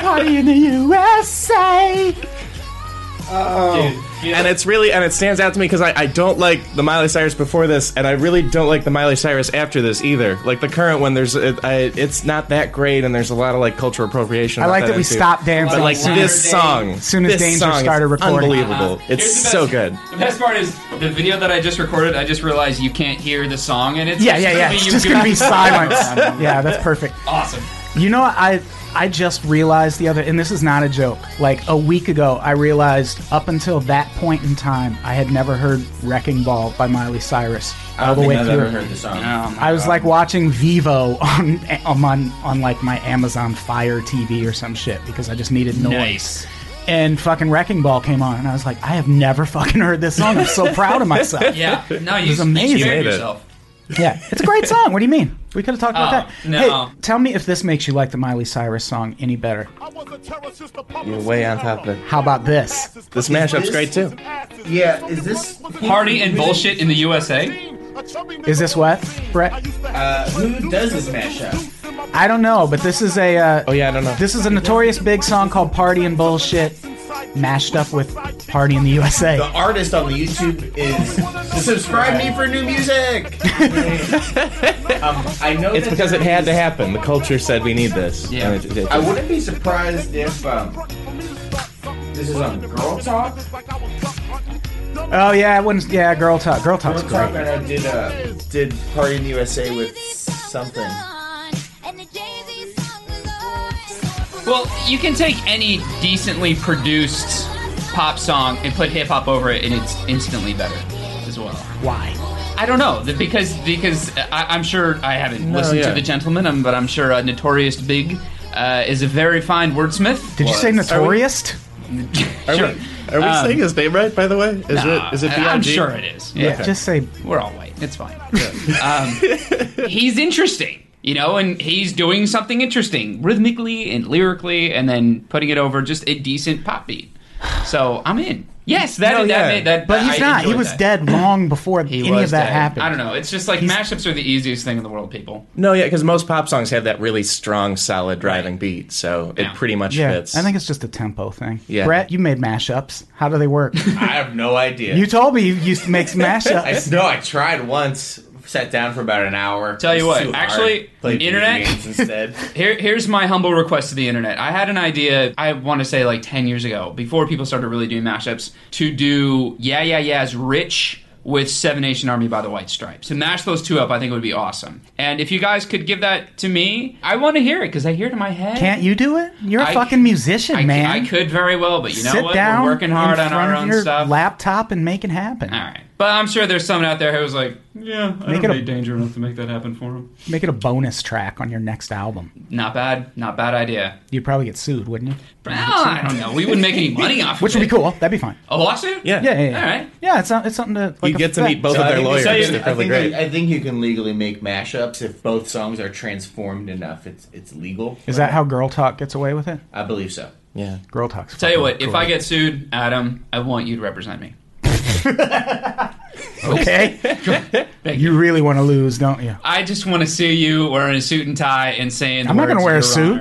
A: Party in the USA. Oh,
B: Dude,
C: and it's really and it stands out to me because I, I don't like the Miley Cyrus before this, and I really don't like the Miley Cyrus after this either. Like the current one, there's it, I, it's not that great, and there's a lot of like cultural appropriation.
A: I
C: about
A: like that we
C: into-
A: stopped dancing.
C: But like
A: soon
C: this
B: as-
C: song,
A: as soon as
C: this
A: Danger
C: song is
A: started recording.
C: unbelievable. It's
B: Uh-huh. Here's the
C: so
B: best-
C: good.
B: The best part is the video that I just recorded. I just realized you can't hear the song, and it's
A: Yeah,
B: just
A: yeah,
B: gonna
A: yeah.
B: Be
A: It's
B: <laughs> you
A: just gonna be
B: goofy-
A: silence. yeah, that's perfect.
B: Awesome.
A: You know, I I just realized the other, and this is not a joke. Like a week ago, I realized up until that point in time, I had never heard "Wrecking Ball" by Miley Cyrus all the way
D: I've
A: through.
D: never heard the song.
B: Um,
A: I was like watching Vivo on, on on like my Amazon Fire TV or some shit because I just needed noise.
B: nice.
A: And fucking Wrecking Ball came on, and I was like, I have never <laughs> fucking heard this song. I'm so proud of myself. <laughs>
B: <laughs> Yeah. No, you
A: was amazing. You
B: You made
C: made it.
B: yourself.
A: Yeah, it's a great song. What do you mean? We could have talked
B: Oh,
A: about that.
B: no.
A: Hey, tell me if this makes you like the Miley Cyrus song any better.
C: You're way on top of it.
A: How about this?
C: This mashup's
D: this-
C: great too.
D: Yeah, is this
B: Party and bullshit in the USA.
A: Is this what, Brett?
D: Uh, who does this mashup?
A: I don't know, but this is a uh,
C: Oh yeah, I don't know.
A: this is a notorious big song called "Party and Bullshit," mashed up with "Party in the USA."
D: The artist on the YouTube is subscribe me for new music. <laughs> um, I know
C: it's
D: that
C: because
D: there
C: it had to
D: is-
C: happen. The culture said we need this.
B: Yeah.
C: And it- it-
D: I wouldn't be surprised if um, this is on Girl Talk.
A: Oh yeah, it wouldn't. Yeah, girl talk. Girl talk's
D: Girl Talk,
A: great.
D: and I did uh, did Party in the USA with something.
B: Well, you can take any decently produced pop song and put hip hop over it, and it's instantly better as well.
A: Why?
B: I don't know th- because because I, I'm sure I haven't listened
C: yeah.
B: to the gentleman, um, but I'm sure uh, Notorious Big uh, is a very fine wordsmith.
A: Did you say
C: we-
A: notorious?
B: <laughs>
C: Are
B: sure.
C: we, are we saying his name right? By the way, is
B: Um, Nah,
C: it is it
B: I- I'm
C: B.I.G.?
B: sure it is. Yeah.
C: Okay.
A: Just say
B: We're all white. It's fine. um, he's interesting, you know, and he's doing something interesting rhythmically and lyrically, and then putting it over just a decent pop beat. So I'm in. Yes, that
C: No,
B: that,
C: yeah.
B: made- that.
A: But he's
B: I
A: not. He
B: enjoyed
A: was
B: that.
A: dead long before
B: He
A: any
B: was
A: of that
B: dead.
A: happened.
B: I don't know. It's just like mashups are the easiest thing in the world, people.
C: No, yeah, because most pop songs have that really strong, solid driving beat, so
B: Yeah.
C: it pretty much
A: Yeah,
C: fits.
A: I think it's just a tempo thing.
C: Yeah.
A: Brett, you made mashups. How do they work?
D: I have no idea.
A: you told me you used to make mashups.
B: <laughs>
D: I s- no, I tried once. Sat down for about an hour.
B: Tell you
D: It was
B: what,
D: too hard.
B: actually,
D: played video
B: internet- <laughs>
D: games instead.
B: Here, here's my humble request to the internet. I had an idea, I want to say like 10 years ago, before people started really doing mashups, to do Yeah Yeah Yeah's Rich with Seven Nation Army by the White Stripes. To mash those two up, I think it would be awesome. And if you guys could give that to me, I want to hear it because I hear it in my head.
A: Can't you do it? You're a
B: I-
A: fucking musician,
B: I, c-
A: man.
B: I could very well, but you know
A: Sit
B: what?
A: down.
B: We're working hard
A: in
B: on
A: front
B: our
A: of
B: own
A: your
B: stuff.
A: laptop and make it happen.
B: All right. But I'm sure there's someone out there who was like, yeah, I
A: Make
B: don't
A: it a-
B: need danger enough to make that happen for him.
A: Make it a bonus track on your next album.
B: Not bad. Not bad idea.
A: You'd probably get sued, wouldn't you?
B: Well, I don't know. We wouldn't make any money off
A: Which
B: of
A: would be
B: it.
A: cool. That'd be fun.
B: A lawsuit?
C: Yeah.
A: Yeah, yeah, yeah.
B: All right.
A: Yeah, it's, it's something to. Like
C: you
A: a
C: get to meet
A: fact.
C: both of
D: I
C: their
D: think-
C: lawyers.
D: I think-
C: They're
D: I
C: probably
D: think,
C: great.
D: I think you can legally make mashups if both songs are transformed enough. It's it's legal.
A: Is that how Girl Talk gets away with it?
D: I believe so.
C: yeah.
A: Girl Talk's.
B: Tell you
A: fucking
B: what, if
A: cool.
B: I get sued, Adam, I want you to represent me.
A: okay,
B: <laughs>
A: you really want to lose, don't you?
B: I just want to see you wearing a suit and tie and saying.
A: I'm not gonna
B: going to
A: wear a suit.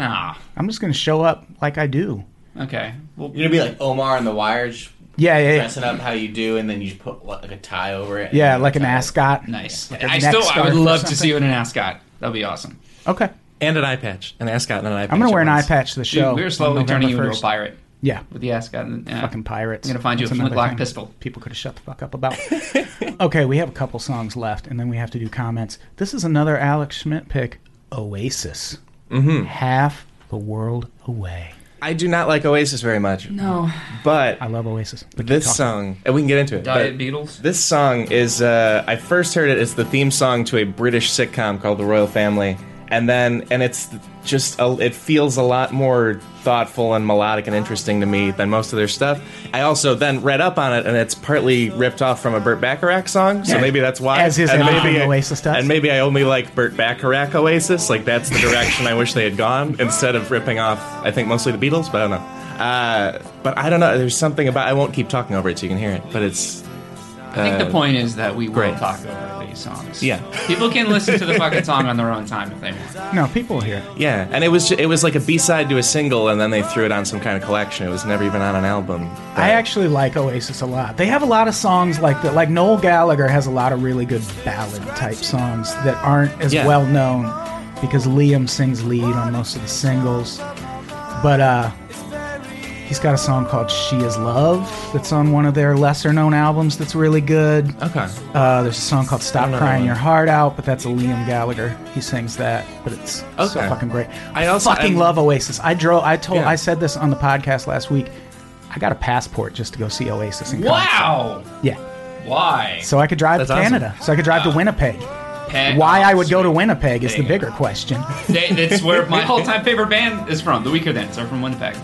B: Ah,
A: I'm just gonna show up like I do.
B: okay. Well,
D: You're gonna be like Omar on The Wire, just
A: Yeah, yeah, yeah.
D: dressing up how you do, and then you just put like a tie over it. and
A: yeah
D: then
A: like an
D: tie it.
A: ascot.
B: nice.
A: a
B: I
A: neck
B: still. I
A: scarf
B: would
A: or
B: love to
A: something.
B: see you in an ascot. That'd be awesome.
A: Okay,
C: And an eye patch, an ascot, and an eye patch.
A: I'm gonna
C: at
A: wear an eye
C: once.
A: patch to the
B: Dude,
A: show.
B: we're
A: on
B: slowly
A: November
B: turning you into a
A: 1st.
B: pirate
A: Yeah,
B: with the ascot. And, yeah.
A: fucking pirates.
B: I'm gonna find you
A: That's
B: a
A: another
B: flintlock
A: thing
B: pistol.
A: People could have shut the fuck up about. <laughs> okay, we have a couple songs left, and then we have to do comments. This is another Alex Schmidt pick, Oasis. Mm-hmm. Half the world away.
C: I do not like Oasis very much.
B: No.
C: But
A: I love Oasis. But keep
C: this
A: talking.
C: song, and we can get into it.
B: Diet
C: but
B: Beatles?
C: This song is, uh, I first heard it as the theme song to a British sitcom called The Royal Family. And then, and it's just, a, it feels a lot more thoughtful and melodic and interesting to me than most of their stuff. I also then read up on it, and it's partly ripped off from a Burt Bacharach song, so maybe that's why.
A: As is
C: and
A: everything
C: I-
A: Oasis does.
C: And maybe I only like Burt Bacharach Oasis. Like, that's the direction I wish they had gone instead of ripping off, I think, mostly the Beatles, but I don't know. Uh, but I don't know. There's something about I won't keep talking over it so you can hear it, but it's
B: I think the point is that we will
C: uh, great.
B: talk over these songs.
C: Yeah.
B: People can listen to the
A: <laughs>
B: fucking song on their own time if they want.
A: No, people here.
C: Yeah, and it was ju- it was like a B side to a single, and then they threw it on some kind of collection. It was never even on an album. But-
A: I actually like Oasis a lot. They have a lot of songs like that. Like Noel Gallagher has a lot of really good ballad type songs that aren't as
C: Yeah.
A: well known because Liam sings lead on most of the singles. But uh, he's got a song called She Is Love that's on one of their lesser known albums that's really good.
C: okay,
A: Uh, there's a song called Stop
C: don't know that
A: Crying
C: one.
A: Your Heart Out, but that's a Liam Gallagher. He sings that, but it's so
C: Okay.
A: fucking great.
C: I also-
A: fucking
C: I'm-
A: love Oasis. I drove. I told.
C: Yeah.
A: I said this on the podcast last week. I got a passport just to go see Oasis. In concert.
B: Wow.
A: Yeah.
B: Why?
A: So I could drive
C: That's
A: to
C: awesome.
A: Canada. So I could drive to Winnipeg.
B: Pe-
A: Why
B: oh,
A: I would go to
B: sweet.
A: Winnipeg is the
B: There you go.
A: bigger question.
B: They, <laughs> that's where my all-time favorite band is from. The Weaker Thans are from Winnipeg.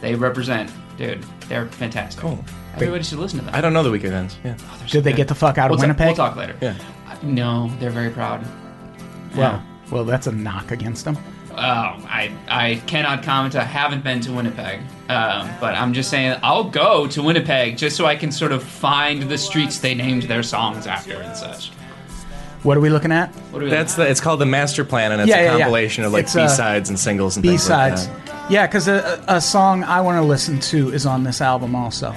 B: They represent, dude. They're fantastic.
C: Cool.
B: Everybody should listen to them.
C: I don't know the weekend ends. Yeah,
A: Did they get the fuck out
B: We'll,
A: of
B: ta- we'll
A: Winnipeg?
B: talk later.
C: yeah.
B: Uh, No, they're very proud.
A: Well, well, that's a knock against them.
B: Oh, I I cannot comment. I haven't been to Winnipeg, um, but I'm just saying I'll go to Winnipeg just so I can sort of find the streets they named their songs after and such.
A: What are we looking at?
B: What do we
C: That's the. It's called the Master Plan, and it's
A: Yeah,
C: a
A: yeah, yeah.
C: compilation of like
A: It's, uh,
C: B sides and singles and
A: B
C: things like
A: sides.
C: that.
A: Yeah, because a, a a song I want to listen to is on this album also.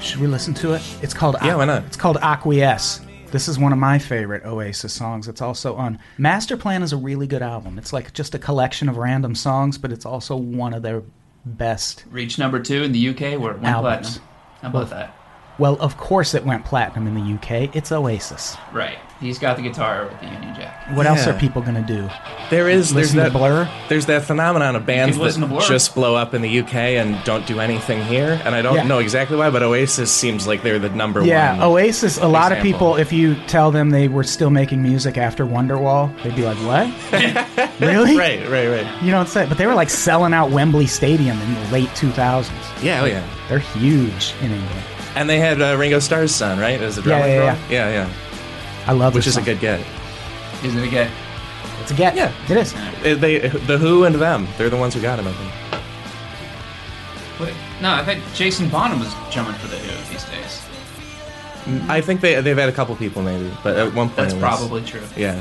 A: Should we listen to it? It's called
C: Yeah, why not?
A: It's called Acquiesce. This is one of my favorite Oasis songs. It's also on Master Plan is a really good album. It's like just a collection of random songs, but it's also one of their best
B: reach number two in the UK? We're at one
A: Albums.
B: platinum. How about that?
A: Well, of course it went platinum in the UK. It's Oasis.
B: Right. He's got the guitar with the Union Jack.
A: What else
C: Yeah.
A: are people going to do?
C: There is there's
A: Listen to
C: that
A: Blur?
C: There's that phenomenon of bands
B: You can listen to Blur.
C: that just blow up in the UK and don't do anything here, and I don't
A: Yeah.
C: know exactly why, but Oasis seems like they're the number
A: Yeah, <laughs>
C: one.
A: Oasis. A lot of
C: example.
A: people, if you tell them they were still making music after Wonderwall, they'd be like,
B: <laughs>
A: "What? really?
C: Right, right, right.
A: You don't say." But they were like selling out Wembley Stadium in the late 2000s.
C: Yeah, oh yeah.
A: They're huge in England.
C: And they had uh, Ringo Starr's son, right? As a drummer.
A: yeah,
C: for
A: yeah.
C: them? yeah, yeah.
A: I love
C: Which
A: this
C: is a
A: song.
C: good get.
B: Isn't it again?
A: It's a get.
C: Yeah.
A: it is.
C: Uh, They, the Who and them, they're the ones who got him. I think.
B: Wait, no, I think Jason Bonham was jumping for the Who these days.
C: I think they they've had a couple people maybe, but at one point
B: That's
C: it was-
B: probably true.
C: yeah.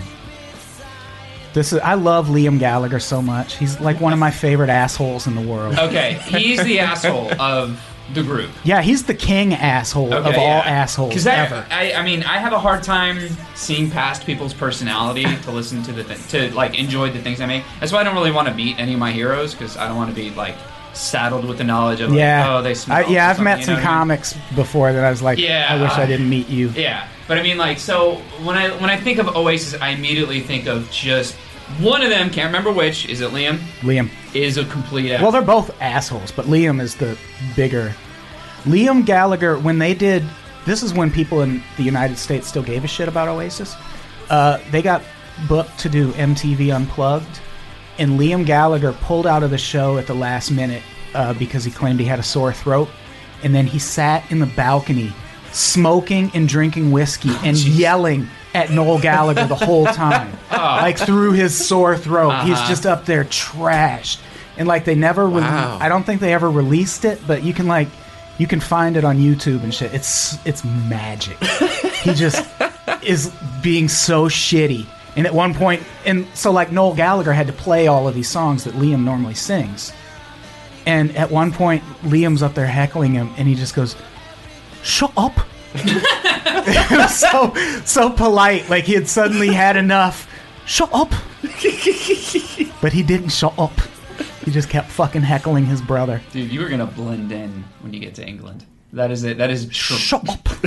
A: This is. I love Liam Gallagher so much. He's like one of my favorite assholes in the world.
B: Okay, he's the asshole of the group.
A: Yeah, he's the king asshole of all assholes ever.
B: Because I, I, I mean, I have a hard time seeing past people's personality to listen to the thi- to like enjoy the things I make. That's why I don't really want to meet any of my heroes because I don't want to be like saddled with the knowledge of like,
A: Yeah.
B: oh they smell.
A: I, yeah,
B: or
A: I've met
B: something,
A: some
B: you know what I mean?
A: comics before that I was like,
B: Yeah.
A: I wish I didn't meet you.
B: Yeah, but I mean, like, so when I when I think of Oasis, I immediately think of just one of them. Can't remember which. Is it Liam?
A: Liam.
B: Is a complete. ass-
A: Well, they're both assholes, but Liam is the bigger. Liam Gallagher, when they did, this is when people in the United States still gave a shit about Oasis. Uh, they got booked to do MTV Unplugged, and Liam Gallagher pulled out of the show at the last minute uh, because he claimed he had a sore throat, and then he sat in the balcony smoking and drinking whiskey and yelling at Noel Gallagher the whole time, like through his sore throat. He's just up there trashed, and like they never. Re-
C: Wow.
A: I don't think they ever released it, but you can like you can find it on YouTube and shit. It's it's magic. he just is being so shitty. And at one point, and so like Noel Gallagher had to play all of these songs that Liam normally sings. And at one point, Liam's up there heckling him, and he just goes, "Shut up!" <laughs> it was so so polite, like he had suddenly had enough. Shut up! <laughs> but he didn't shut up. He just kept fucking heckling his brother.
B: Dude, you are gonna blend in when you get to England. That is it. That is true.
A: Shut up. <laughs>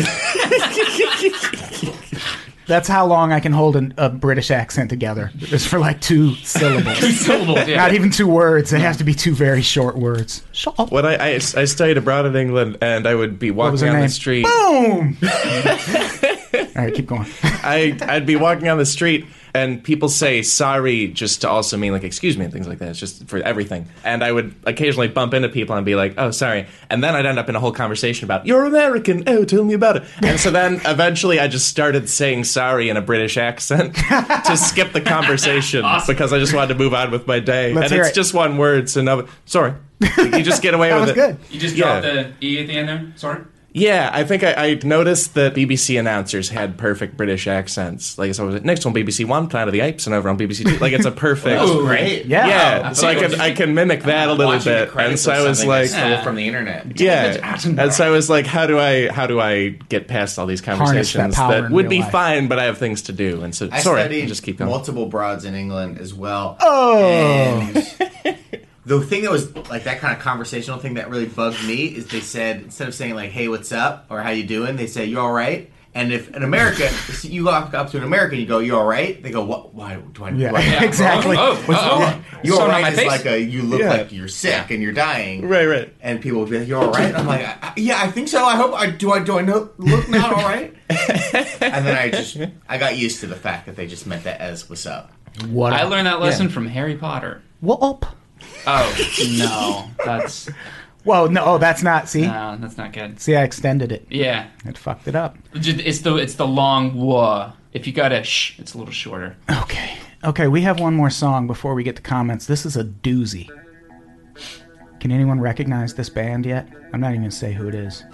A: That's how long I can hold an, a British accent together. It's for like two
B: <laughs>
A: syllables.
B: syllables. Yeah.
A: Not even two words. It has to be two very short words. Shut up.
C: What I, I I studied abroad in England, and I would be
A: was
C: walking
A: her
C: on
A: name?
C: the street.
A: Boom! All right, keep <laughs> going.
C: I I'd be walking on the street, and people say sorry just to also mean like excuse me and things like that. It's just for everything. And I would occasionally bump into people and be like, oh sorry, and then I'd end up in a whole conversation about you're American. Oh, tell me about it. And so then eventually I just started saying sorry in a British accent <laughs> to skip the conversation because I just wanted to move on with my day.
A: Let's
C: and
A: hear
C: it's
A: it.
C: just one word, so no, sorry. You just get away
A: <laughs> That
C: with
A: was
C: it.
A: good.
B: You just
C: Yeah.
B: dropped the e at the end there. Sorry.
C: Yeah, I think I, I noticed that BBC announcers had perfect British accents. Like, so I was like, next on BBC One, Planet of the Apes, and over on BBC Two. Like, it's a perfect.
B: Ooh.
D: Great.
A: Yeah.
C: Yeah, so I can I can mimic that a little
D: Watching the
C: bit, and
D: credits
C: so
D: of
C: I was
D: something
C: like,
D: that's stole from the internet.
C: yeah, and so I was like, how do I how do I get past all these conversations
A: power
C: that,
A: in
C: would
A: real
C: be
A: life.
C: fine, but I have things to do, and so
D: I
C: sorry,
D: studied
C: just keep going.
D: multiple broads in England as well. Oh. the thing that was like that kind of conversational thing that really bugged me is they said instead of saying like "Hey, what's up?" or "How you doing?" they say "You all right?" And if in America, if you walk up to an American, you go, "You all right?" They go, "What? Why do I?"
A: Yeah, <laughs>
D: why-
A: exactly.
B: Oh, uh-oh.
D: <laughs> You
B: Something
D: all
B: on
D: right
B: my
D: is
B: face?
D: like a you look
C: Yeah.
D: like you're sick and you're dying.
C: Right, right.
D: And people would be like, "You're all right." And I'm like, I, I- "Yeah, I think so. I hope I do. I do. I know, look not all right." and then I just I got used to the fact that they just meant that as "What's up."
A: What
B: I
A: up?
B: learned that lesson from Harry Potter.
A: What up? <laughs>
B: Oh no, that's
A: Whoa, no, oh, that's not. See?
B: no, that's not good.
A: See, I extended it.
B: Yeah,
A: It fucked it up.
B: Ju- it's the it's the long wah. If you got a shh, it's a little shorter.
A: Okay. Okay, we have one more song before we get to comments. This is a doozy. Can anyone recognize this band yet? I'm not even going to say who it is.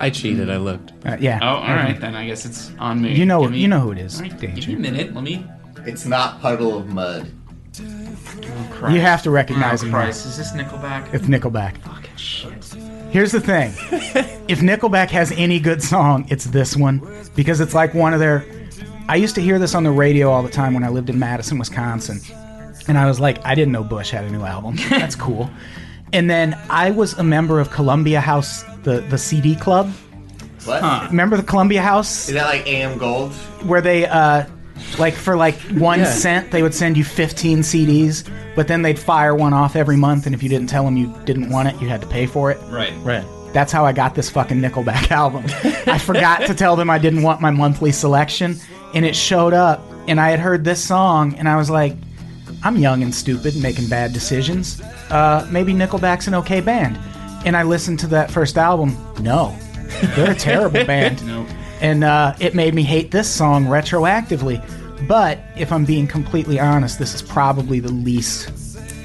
C: I cheated. I looked.
A: Uh, yeah.
B: Oh, all right then. I guess it's on me.
A: You know,
B: Give me-
A: you know who it is.
B: All right, Give me a
A: Danger.
B: minute. Let me.
D: It's not puddle of mud.
B: Christ.
A: You have to recognize
B: oh,
A: him.
B: Christ. Is this Nickelback?
A: It's Nickelback.
B: Fucking shit.
A: Here's the
B: <laughs>
A: thing: if Nickelback has any good song, it's this one because it's like one of their. I used to hear this on the radio all the time when I lived in Madison, Wisconsin, and I was like, I
B: <laughs>
A: didn't know Bush had a new album. That's cool. And then I was a member of Columbia House the the CD club.
D: What?
A: Remember the Columbia House
D: Is that like AM Gold?
A: where they uh like for like one
C: Yeah.
A: cent they would send you 15 CDs, but then they'd fire one off every month and if you didn't tell them you didn't want it, you had to pay for it.
B: Right.
C: Right.
A: That's how I got this fucking Nickelback <laughs> album. I forgot to tell them I didn't want my monthly selection, and it showed up, and I had heard this song, and I was like, I'm young and stupid, and making bad decisions. Uh, maybe Nickelback's an okay band. And I listened to that first album. No, they're a terrible
D: <laughs>
A: band.
B: Nope.
A: And uh, it made me hate this song retroactively. But if I'm being completely honest, this is probably the least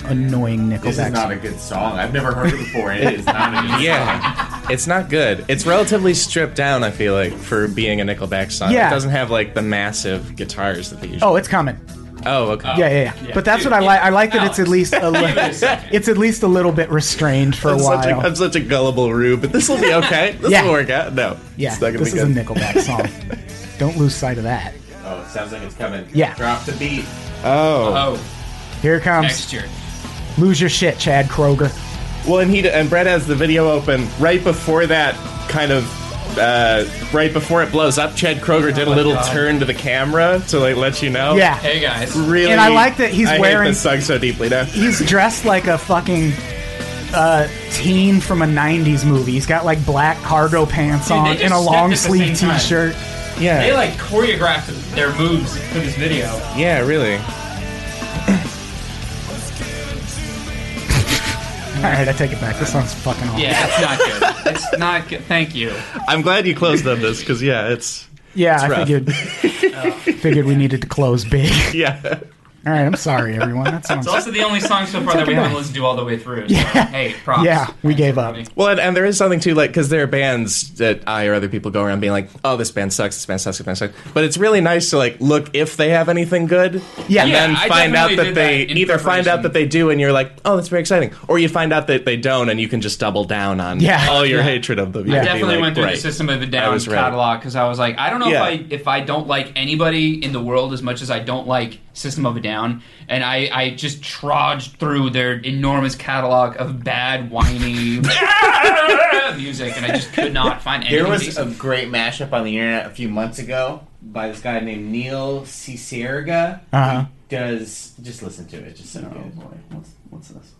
A: annoying Nickelback
D: This is
A: song.
D: not a good song. I've never heard it before, and it is not a
C: <laughs>
D: good
C: Yeah. It's not good. It's relatively stripped down. I feel like for being a Nickelback song,
A: Yeah.
C: it doesn't have like the massive guitars that they usually.
A: oh, it's coming.
C: oh, okay.
A: Yeah, yeah, yeah. But that's
B: Dude,
A: what I
B: yeah.
A: like. I like that it's at
B: Alex.
A: least a
B: <laughs>
A: li-
B: a second.
A: it's at least a little bit restrained for a
C: I'm such a,
A: while.
C: I'm such a gullible rube, but this will be okay. This
A: Yeah.
C: will work out. No,
A: yeah,
C: it's not gonna
A: this
C: be
A: is
C: good.
A: a Nickelback song.
B: <laughs>
A: Don't lose sight of that.
D: song. Oh, it sounds like it's coming.
A: Yeah.
D: Drop the beat.
C: Oh,
B: Oh,
A: Here it comes.
B: next year.
A: Lose your shit, Chad Kroger.
C: Well, and he and Brett has the video open right before that kind of. Uh, right before it blows up, Chad Kroger
D: Oh
C: did a
B: my
C: little
B: God.
C: turn to the camera to like let you know.
A: Yeah.
B: Hey guys.
C: really.
A: And I like that he's
C: I
A: wearing-
C: Hate this song so deeply now.
A: He's dressed like a fucking uh, teen from a '90s movie. He's got like black cargo pants
B: Dude, they
A: on
B: just
A: and a
B: stepped
A: long
B: at the
A: sleeve
B: same time.
A: T-shirt.
B: They
C: Yeah,
B: like choreographed their moves for this video.
C: yeah, really.
A: All right, I take it back. This song's fucking awesome.
B: Yeah, it's
A: <laughs>
B: not good. It's not good. Thank you.
C: I'm glad you closed on this because yeah, it's
A: Yeah, I
C: rough.
A: figured
B: <laughs>
A: figured we needed to close big. <laughs>
C: yeah.
A: All right, I'm sorry, everyone. That song's
B: It's also the only song so far that we haven't listened to all the way through. So, Hey, props.
A: yeah. We gave up.
B: everybody.
C: Well, and, and there is something too, like because there are bands that I or other people go around being like, "Oh, this band sucks. This band sucks. This band sucks." But it's really nice to like look if they have anything good,
A: Yeah.
C: and
A: Yeah,
C: then
B: I
C: find out
B: definitely
C: that
B: did
C: they
B: that in
C: either find
B: preparation.
C: out that they do, and you're like, "Oh, that's very exciting," or you find out that they don't, and you can just double down on
A: Yeah.
C: all your hatred of them. You
A: I
C: can be
B: Definitely
C: like,
B: went through
C: "Right."
B: the System of a Down
C: was right.
B: catalog because I was like, I don't know
C: Yeah.
B: if I if I don't like anybody in the world as much as I don't like System of a Down, and I I just trudged through their enormous catalog of bad whiny <laughs> music, and I just could not find anything.
D: There was a
B: decent.
D: great mashup on the internet a few months ago by this guy named Neil Cicerga.
A: Uh-huh.
D: Does just listen to it? It's Just so good.
F: boy, what's what's this?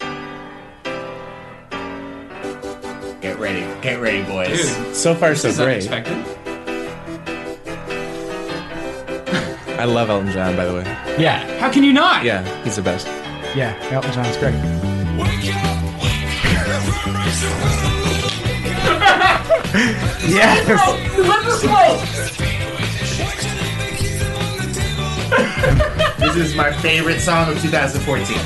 D: Get ready, get ready, boys.
B: Dude,
C: So far,
B: this is
C: so great.
B: unexpected.
C: I love Elton John, by the way.
A: Yeah,
B: How can you not?
C: Yeah, he's the best.
A: yeah. Elton John's great. <laughs> yes.
B: Oh,
D: This is my favorite song of 2014.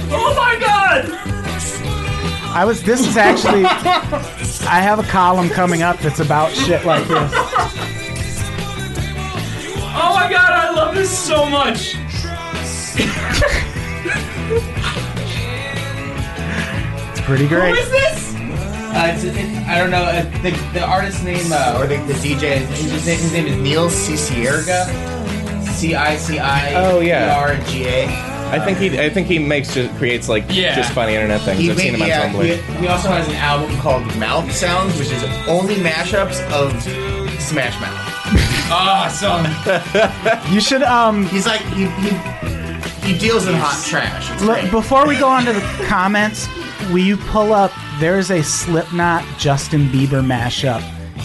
A: I was. This is actually. I have a column coming up that's about shit like this.
B: Oh my god, I love this so much.
A: It's pretty great.
B: this?
D: Uh, it's, it, I don't know uh, the, the artist's name uh, or the, the DJ. His, his, name, his name is Neil Cicierga. C I C I
C: Oh, yeah.
D: E R G
C: Oh,
D: A.
C: I think he, I think he makes just creates like
B: Yeah.
C: just funny internet things.
D: He
C: I've seen him on
D: made- yeah,
C: Tumblr.
D: He, he also has an album called Mouth Sounds, which is only mashups of Smash Mouth.
B: Awesome.
A: You should. Um.
D: He's like he he, he deals in hot trash. It's
A: Look,
D: great.
A: before we go on to the comments, will you pull up? There is a Slipknot Justin Bieber mashup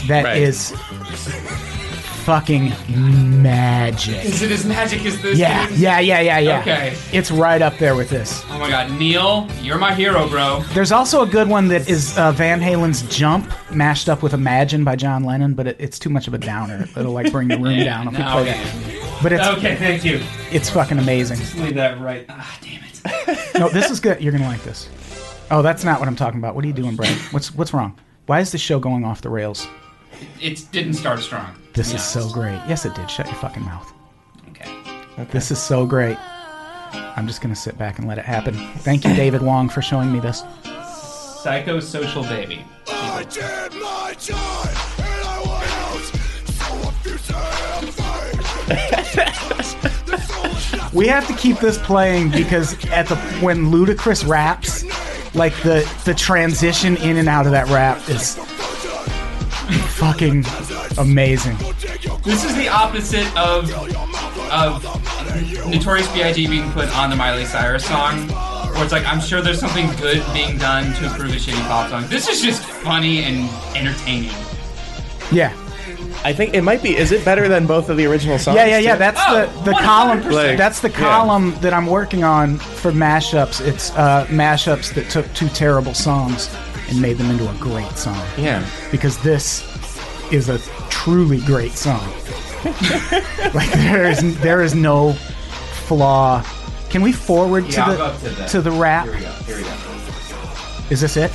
A: that
C: Right.
A: is fucking magic.
B: Is it as magic as this?
A: Yeah,
B: dude?
A: yeah, yeah, yeah, yeah.
B: Okay.
A: It's right up there with this.
B: Oh my god, Neil, you're my hero, bro.
A: There's also a good one that is uh, Van Halen's "Jump" mashed up with "Imagine" by John Lennon, but it, it's too much of a downer. It'll like bring the
B: <laughs>
A: room down if we
B: No,
A: play
B: okay.
A: that. But it's
B: okay, thank you.
A: it's fucking amazing.
B: Leave that right. Ah, damn it. <laughs>
A: No, this is good. You're gonna like this. Oh, that's not what I'm talking about. What are you doing, Brad? What's what's wrong? Why is this show going off the rails?
B: It didn't start strong.
A: This
B: Yeah.
A: is so great. Yes, it did. Shut your fucking mouth.
B: Okay.
A: This is so great. I'm just gonna sit back and let it happen. Thank you, David Wong, for showing me this.
B: Psychosocial baby.
G: I did my time and I went out. So if you say I'm fake, the soul is not
A: We have to keep this playing because at the when Ludacris raps, like the the transition in and out of that rap is
G: frozen.
A: fucking amazing.
B: This is the opposite of of Notorious B.I.G. being put on the Miley Cyrus song, where it's like I'm sure there's something good being done to improve a shitty pop song. This is just funny and entertaining.
A: Yeah.
C: I think it might be. Is it better than both of the original songs?
A: Yeah, yeah, yeah.
C: too?
A: That's
B: Oh,
A: the, the
B: 100%.
A: column.
C: Like,
A: that's the
C: yeah.
A: column that I'm working on for mashups. It's uh, mashups that took two terrible songs and made them into a great song.
C: yeah.
A: Because this is a truly great song. like there is there is no flaw. Can we forward
D: Yeah, I'll
A: to
D: go up to
A: the
D: the-
A: to the rap?
D: Here we go. Here we go.
A: Is this it?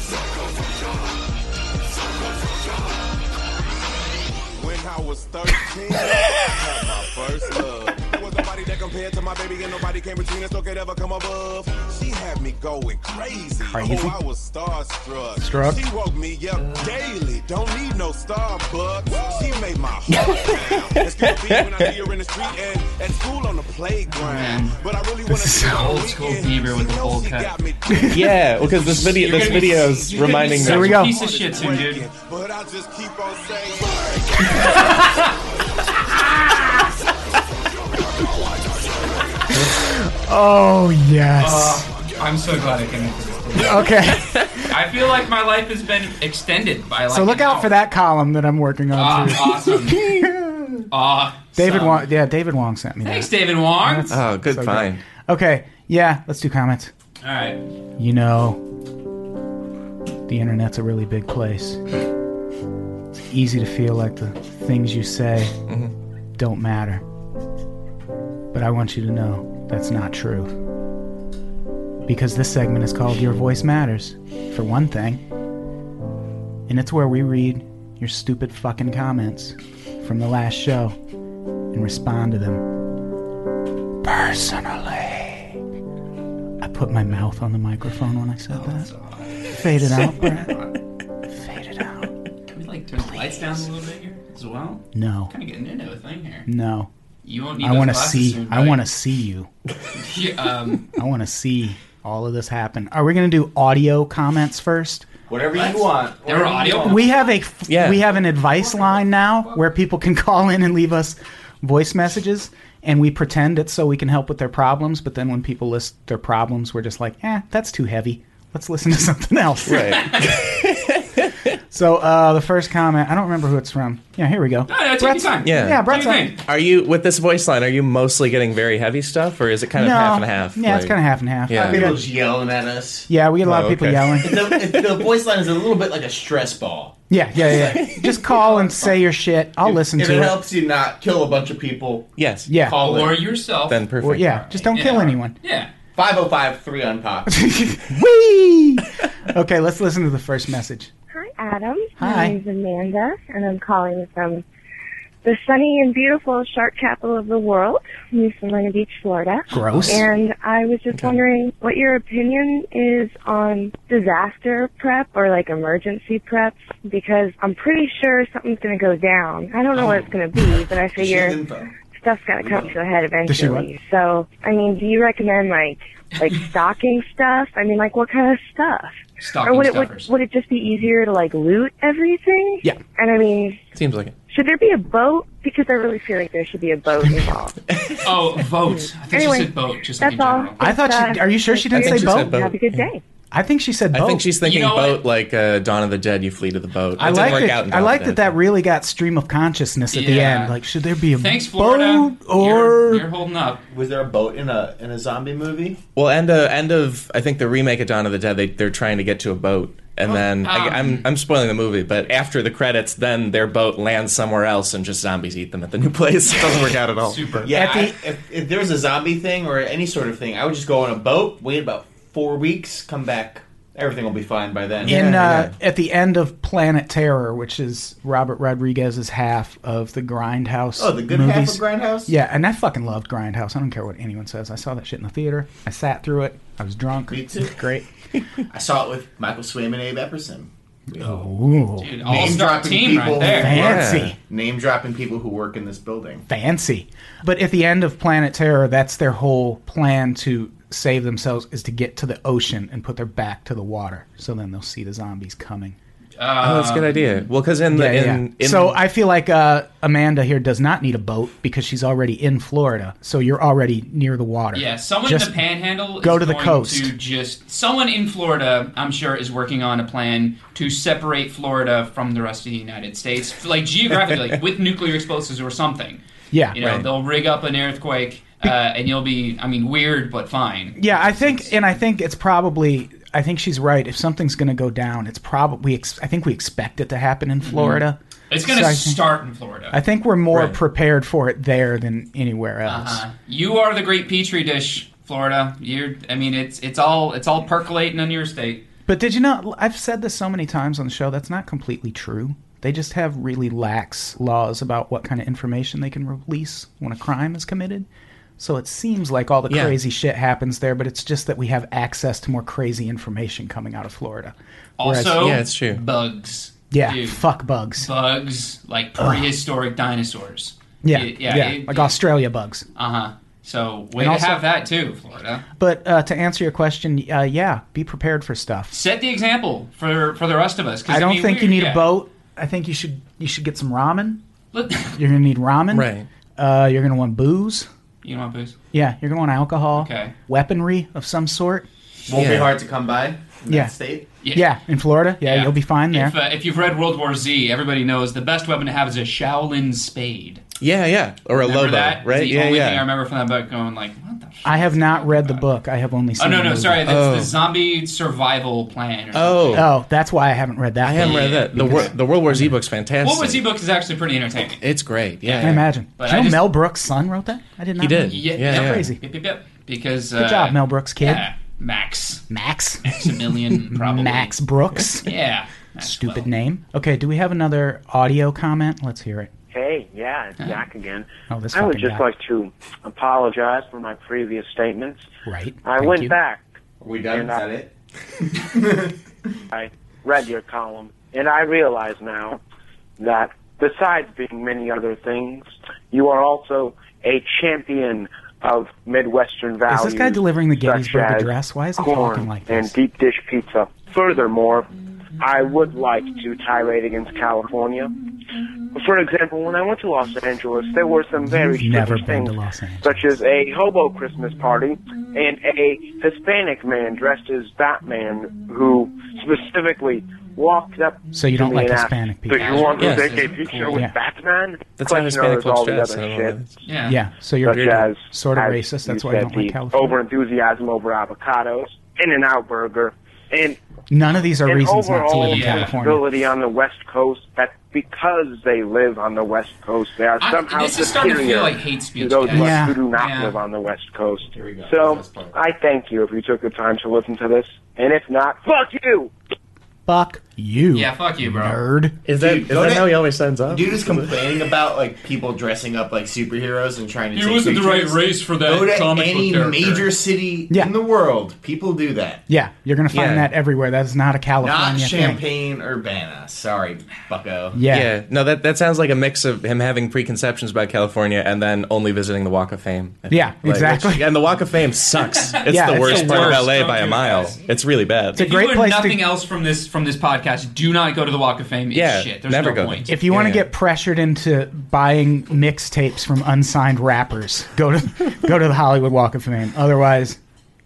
G: When I was 13, I had my first love. There was nobody that compared to my baby, and nobody came between us, no could ever come above. She had me going crazy.
A: Crazy?
G: Oh, I was starstruck.
A: Struck.
G: She woke me up daily. Don't need no Starbucks. She made my heart pound. It's gonna be when I see her in the street and at school on the playground. But I really want to
A: is
G: see her on
B: old
G: the
B: school
G: weekend.
B: Bieber with
G: She
B: the
G: knows
B: bowl
G: she
B: cut.
G: got me deep.
C: Yeah, because this video,
B: You're
C: this
B: gonna be-
C: videos
B: you're gonna be
C: reminding
B: such
A: Here we
B: a
A: go.
B: Piece of <laughs> shit soon, dude.
G: But I just keep on saying.
A: Oh yes.
B: Uh, I'm so glad I came. up with this.
D: Oh.
A: okay.
B: I feel like my life has been extended by like.
A: So look
B: an
A: out for
B: hour.
A: that column that I'm working on.
B: Ah,
A: too.
B: awesome. Ah,
A: <laughs> David
B: son.
A: Wong, yeah, David Wong sent me
B: Thanks,
A: that.
B: David Wong. All
C: Oh, good
A: So good.
C: find.
A: Okay, yeah, let's do comments.
B: right.
A: You know, the internet's a really big place. It's easy to feel like the things you say don't matter. But I want you to know that's not true. Because this segment is called Your Voice Matters, for one thing. And it's where we read your stupid fucking comments from the last show and respond to them personally. I put my mouth on the microphone when I said that. Fade it out, Brad. Fade it out.
B: Can we like turn the lights down a little bit here as well?
A: No,
B: Kind of getting into a thing here.
A: no.
B: You won't need.
A: I want to see. I want to see you.
B: to. Um,
A: I want to see all of this happen. Are we going to do audio comments first?
D: Whatever you want.
B: there were
D: Whatever you
B: audio.
D: want.
A: We have a f-
C: Yeah.
A: we have an advice line now where people can <laughs> call in and leave us voice messages, and we pretend it's so we can help with their problems. But then when people list their problems, we're just like, eh, that's too heavy. Let's listen to <laughs> something else.
C: Right.
A: So uh, the first comment, I don't remember who it's from. Yeah, here we go.
B: oh, no, take your
A: Brett's-
B: time.
C: Yeah.
A: Yeah,
B: what do
A: Brett's
B: you
A: on.
B: think?
C: Are you with this voice line? Are you mostly getting very heavy stuff, or is it kind of
A: no.
C: half and half?
A: Yeah, it's kind of half and half.
C: Yeah.
A: We got-
D: People's yelling at us.
A: yeah, we get a lot
C: Oh,
A: of people
C: okay.
A: yelling.
C: <laughs>
D: the, it- the voice line is a little bit like a stress ball.
A: Yeah, yeah, yeah. Just call and say your shit. I'll listen
D: if
A: to
D: it,
A: it.
D: helps you not kill a bunch of people,
C: Yes.
A: Yeah.
D: call
B: Or
D: it.
B: yourself.
C: Then perfect.
A: Well, yeah, just don't kill
B: Yeah.
C: <laughs>
A: anyone.
B: Yeah.
D: 505 3
A: <laughs>
D: unpop.
A: Whee! Okay, let's listen to the first message.
F: Hi, Adam.
A: Hi.
F: My name's Amanda, and I'm calling from the sunny and beautiful shark capital of the world, New Smyrna Beach, Florida.
A: Gross.
F: And I was just wondering what your opinion is on disaster prep or like emergency prep, because I'm pretty sure something's going to go down. I don't know what it's going to be, but I figure
D: She's info.
F: stuff's got to come to a head
A: Does she
F: eventually. So, I mean, do you recommend like
A: <laughs>
F: like stocking stuff? I mean, like what kind of stuff?
B: Stocking
F: Or would it would,
B: stuffers.
F: would it just be easier to like loot everything?
A: Yeah.
F: And I mean,
C: Seems like it.
F: should there be a boat? Because I really feel like there should be
A: <laughs>
F: a boat involved.
B: oh, vote. I think
F: Anyway,
B: she said boat, just like in
F: That's all.
B: general.
A: I thought she- are you sure she didn't
C: I think
A: say
C: she
A: boat?
C: said boat.
F: Have a good day.
A: I think she said boat.
C: I think she's thinking
B: You know
C: boat
B: what?
C: like uh, Dawn of the Dead. You flee to the boat.
A: Oh. I
C: It
A: like
C: didn't work out
A: that.
C: in
A: I
C: Dawn
A: like
C: of the
A: that.
C: Dead.
A: That really got stream of consciousness at the
B: Yeah.
A: end. Like, should there be a
B: Thanks, Florida.
A: boat or
B: you're, you're holding up.
D: Was there a boat in a in a zombie movie?
C: Well, end of end of I think the remake of Dawn of the Dead. They they're trying to get to a boat, and then I,
B: um.
C: I'm I'm spoiling the movie. But after the credits, then their boat lands somewhere else, and just zombies eat them at the new place. <laughs> It doesn't work out at all.
B: Super.
D: Yeah.
A: At
D: I- if, if there was a zombie thing or any sort of thing, I would just go on a boat, wait about four weeks, come back. Everything will be fine by then.
A: in
C: Yeah,
A: uh, at the end of Planet Terror, which is Robert Rodriguez's half of the Grindhouse.
D: Oh, the good
A: movies.
D: half of Grindhouse.
A: Yeah, and I fucking loved Grindhouse. I don't care what anyone says. I saw that shit in the theater. I sat through it. I was drunk.
D: Me too.
A: <laughs> Great.
D: I saw it with Michael Swayman, and Abe Epperson.
A: Ooh,
B: Dude, all-star
D: dropping
B: team right
D: people.
B: there.
A: fancy,
C: Yeah.
D: Name dropping people who work in this building.
A: fancy. But at the end of Planet Terror, that's their whole plan to save themselves is to get to the ocean and put their back to the water. So then they'll see the zombies coming.
C: oh, that's a good idea. Well, because in the
A: Um, Yeah, yeah,
C: in,
A: yeah.
C: in
A: so I feel like uh, Amanda here does not need a boat because she's already in Florida. So you're already near the water.
B: Yeah, someone
A: Just
B: in the Panhandle
A: go
B: is
A: to the
B: going
A: coast.
B: to just someone in Florida, I'm sure, is working on a plan to separate Florida from the rest of the United States, like
A: <laughs>
B: geographically, like with nuclear explosives or something.
A: Yeah.
B: you know,
C: Right.
B: they'll rig up an earthquake, uh, and you'll be, I mean, weird but fine.
A: Yeah, I think, and I think it's probably. I think she's right. If something's going to go down, it's probably. Ex- I think we expect it to happen in Florida.
B: Mm-hmm. It's gonna
A: So I think-
B: start in Florida.
A: I think we're more
C: Right.
A: prepared for it there than anywhere else.
B: Uh, you are the great petri dish, Florida. You're, I mean, it's it's all it's all percolating on your state.
A: But did you know? I've said this so many times on the show. That's not completely true. They just have really lax laws about what kind of information they can release when a crime is committed. So it seems like all the
C: Yeah.
A: crazy shit happens there, but it's just that we have access to more crazy information coming out of Florida. Whereas-
B: Also,
C: Yeah, it's true.
B: Bugs.
A: yeah,
B: Dude,
A: fuck bugs.
B: bugs like prehistoric dinosaurs.
A: yeah,
B: It-
A: yeah,
B: it-
A: like Australia bugs.
B: Uh huh. So we
A: And also-
B: have that too, Florida.
A: But uh, to answer your question, uh, yeah, be prepared for stuff.
B: Set the example for for the rest of us. 'cause
A: I
B: it'd
A: don't
B: be
A: think you
B: weird,
A: need
B: yeah.
A: a boat. I think you should you should get some ramen.
B: Look- <laughs>
A: You're gonna need ramen.
C: right.
A: Uh, you're gonna want booze.
B: you know, booze.
A: Yeah, you're gonna want alcohol.
B: Okay.
A: Weaponry of some sort.
D: Won't be
C: Yeah.
D: hard to come by. In
A: Yeah.
D: That state.
A: Yeah, in Florida. Yeah, you'll be fine there.
B: If, uh, if you've read World War Z, everybody knows the best weapon to have is a Shaolin spade.
C: Yeah, yeah, or a
B: Remember
C: Lobo,
B: that? It's
C: right?
B: The
C: yeah,
B: only
C: yeah.
B: thing I remember from that book going like, what the. F-
A: I have not read the book. I have only seen.
B: oh no
A: the
B: no
A: movie.
B: sorry, that's
C: Oh.
B: the zombie survival plan. Or
C: oh,
A: Oh, that's why I haven't read that.
C: I haven't
A: book.
C: read that. The, wor- the World War Z book's fantastic.
B: World War Z book is actually pretty entertaining.
C: It's great. Yeah,
A: I imagine.
B: But
A: Do you
B: I
A: know
B: just-
A: Mel Brooks' son wrote that? I did not.
C: He
A: know.
C: did.
B: Yeah,
C: Yeah,
B: yeah.
C: yeah,
A: Crazy.
B: Yep, yep, yep. Because
A: Good
B: uh,
A: job, Mel Brooks kid.
B: Yeah, Max
A: Max.
B: Maximilian <laughs> probably
A: Max Brooks.
B: Yeah, Max
A: Stupid
B: Well.
A: name. Okay, do we have another audio comment? Let's hear it.
H: Hey, yeah, it's Jack again.
A: Oh, this
H: I would
A: fucking
H: just
A: guy.
H: like to apologize for my previous statements.
A: Right.
H: I
A: Thank
H: went
A: you.
H: back.
D: Are we done? Is
H: And I-
D: that it?
H: I read your column, and I realize now that besides being many other things, you are also a champion of Midwestern
A: Is
H: values.
A: this guy delivering the
H: such
A: Gettysburg
H: as
A: Address? Why is he
H: corn
A: talking like
H: and
A: this?
H: deep dish pizza. Furthermore, I would like to tirade against California. For example, when I went to Los Angeles, there were some very
A: You've never
H: strange
A: been
H: things,
A: to Los Angeles.
H: such as a hobo Christmas party and a Hispanic man dressed as Batman who specifically walked up.
A: So you
H: to
A: don't
H: me
A: like
H: and asked,
A: Hispanic
H: So
A: people?
H: you want to
C: Yes,
H: take a
C: that's
H: picture
C: cool.
H: with
A: Yeah.
H: Batman?
C: That's how
H: Question
C: Hispanic
H: knows all
C: folks
H: the
C: dress.
H: other
C: I don't know
H: shit
C: what that is.
B: Yeah.
A: Yeah, so you're
H: such as
A: sort of
H: as
A: racist. That's
H: you
A: why I
H: said,
A: don't like
H: the
A: California.
H: Overenthusiasm over avocados, In and Out Burger, and
A: None of these are
H: an
A: reasons not to
H: overall
A: live in
B: yeah.
A: California.
H: ability on the West Coast that because they live on the West Coast, they are
B: I-
H: somehow
B: this is starting
H: superior
B: to feel like hate
H: to
B: speech.
H: those
B: guys.
H: of
A: Yeah.
H: us who do not
B: Yeah.
H: live on the West Coast.
D: we go.
H: So
D: That's fine.
H: I thank you if you took the time to listen to this, and if not, fuck you.
A: Fuck you.
B: Yeah, fuck you, bro.
A: Nerd.
C: Is that
D: Dude,
C: is
D: go
C: that
D: to-
C: how he always signs off?
D: Dude is complaining about like people dressing up like superheroes and trying to.
B: He
D: take
B: wasn't the right
D: pictures.
B: race for that
D: Go to
B: comic
D: any
B: book character.
D: major city
A: Yeah.
D: in the world. People do that.
A: Yeah, you're gonna find
C: Yeah.
A: that everywhere. That is not a California
D: Not
A: thing.
D: Champagne, Urbana. Sorry, Bucko.
A: Yeah.
C: Yeah, no, that that sounds like a mix of him having preconceptions about California and then only visiting the Walk of Fame. I think.
A: Yeah, exactly.
C: which- and the Walk of Fame sucks.
A: <laughs>
C: It's
A: Yeah,
C: the
A: it's
C: worst
A: the
C: part
B: worst.
C: of LA
B: Don't
C: by
B: do
C: a
B: it,
C: mile.
B: guys.
C: It's really bad.
A: It's a
B: If you
A: great
B: learn
A: place
B: nothing
A: to.
B: else from this from this podcast, do not go to the Walk of Fame. It's
C: Yeah,
B: shit. There's
C: never
B: no
C: go.
B: point.
A: If you want to
C: Yeah.
A: get pressured into buying mixtapes from unsigned rappers, go to <laughs> go to the Hollywood Walk of Fame. Otherwise,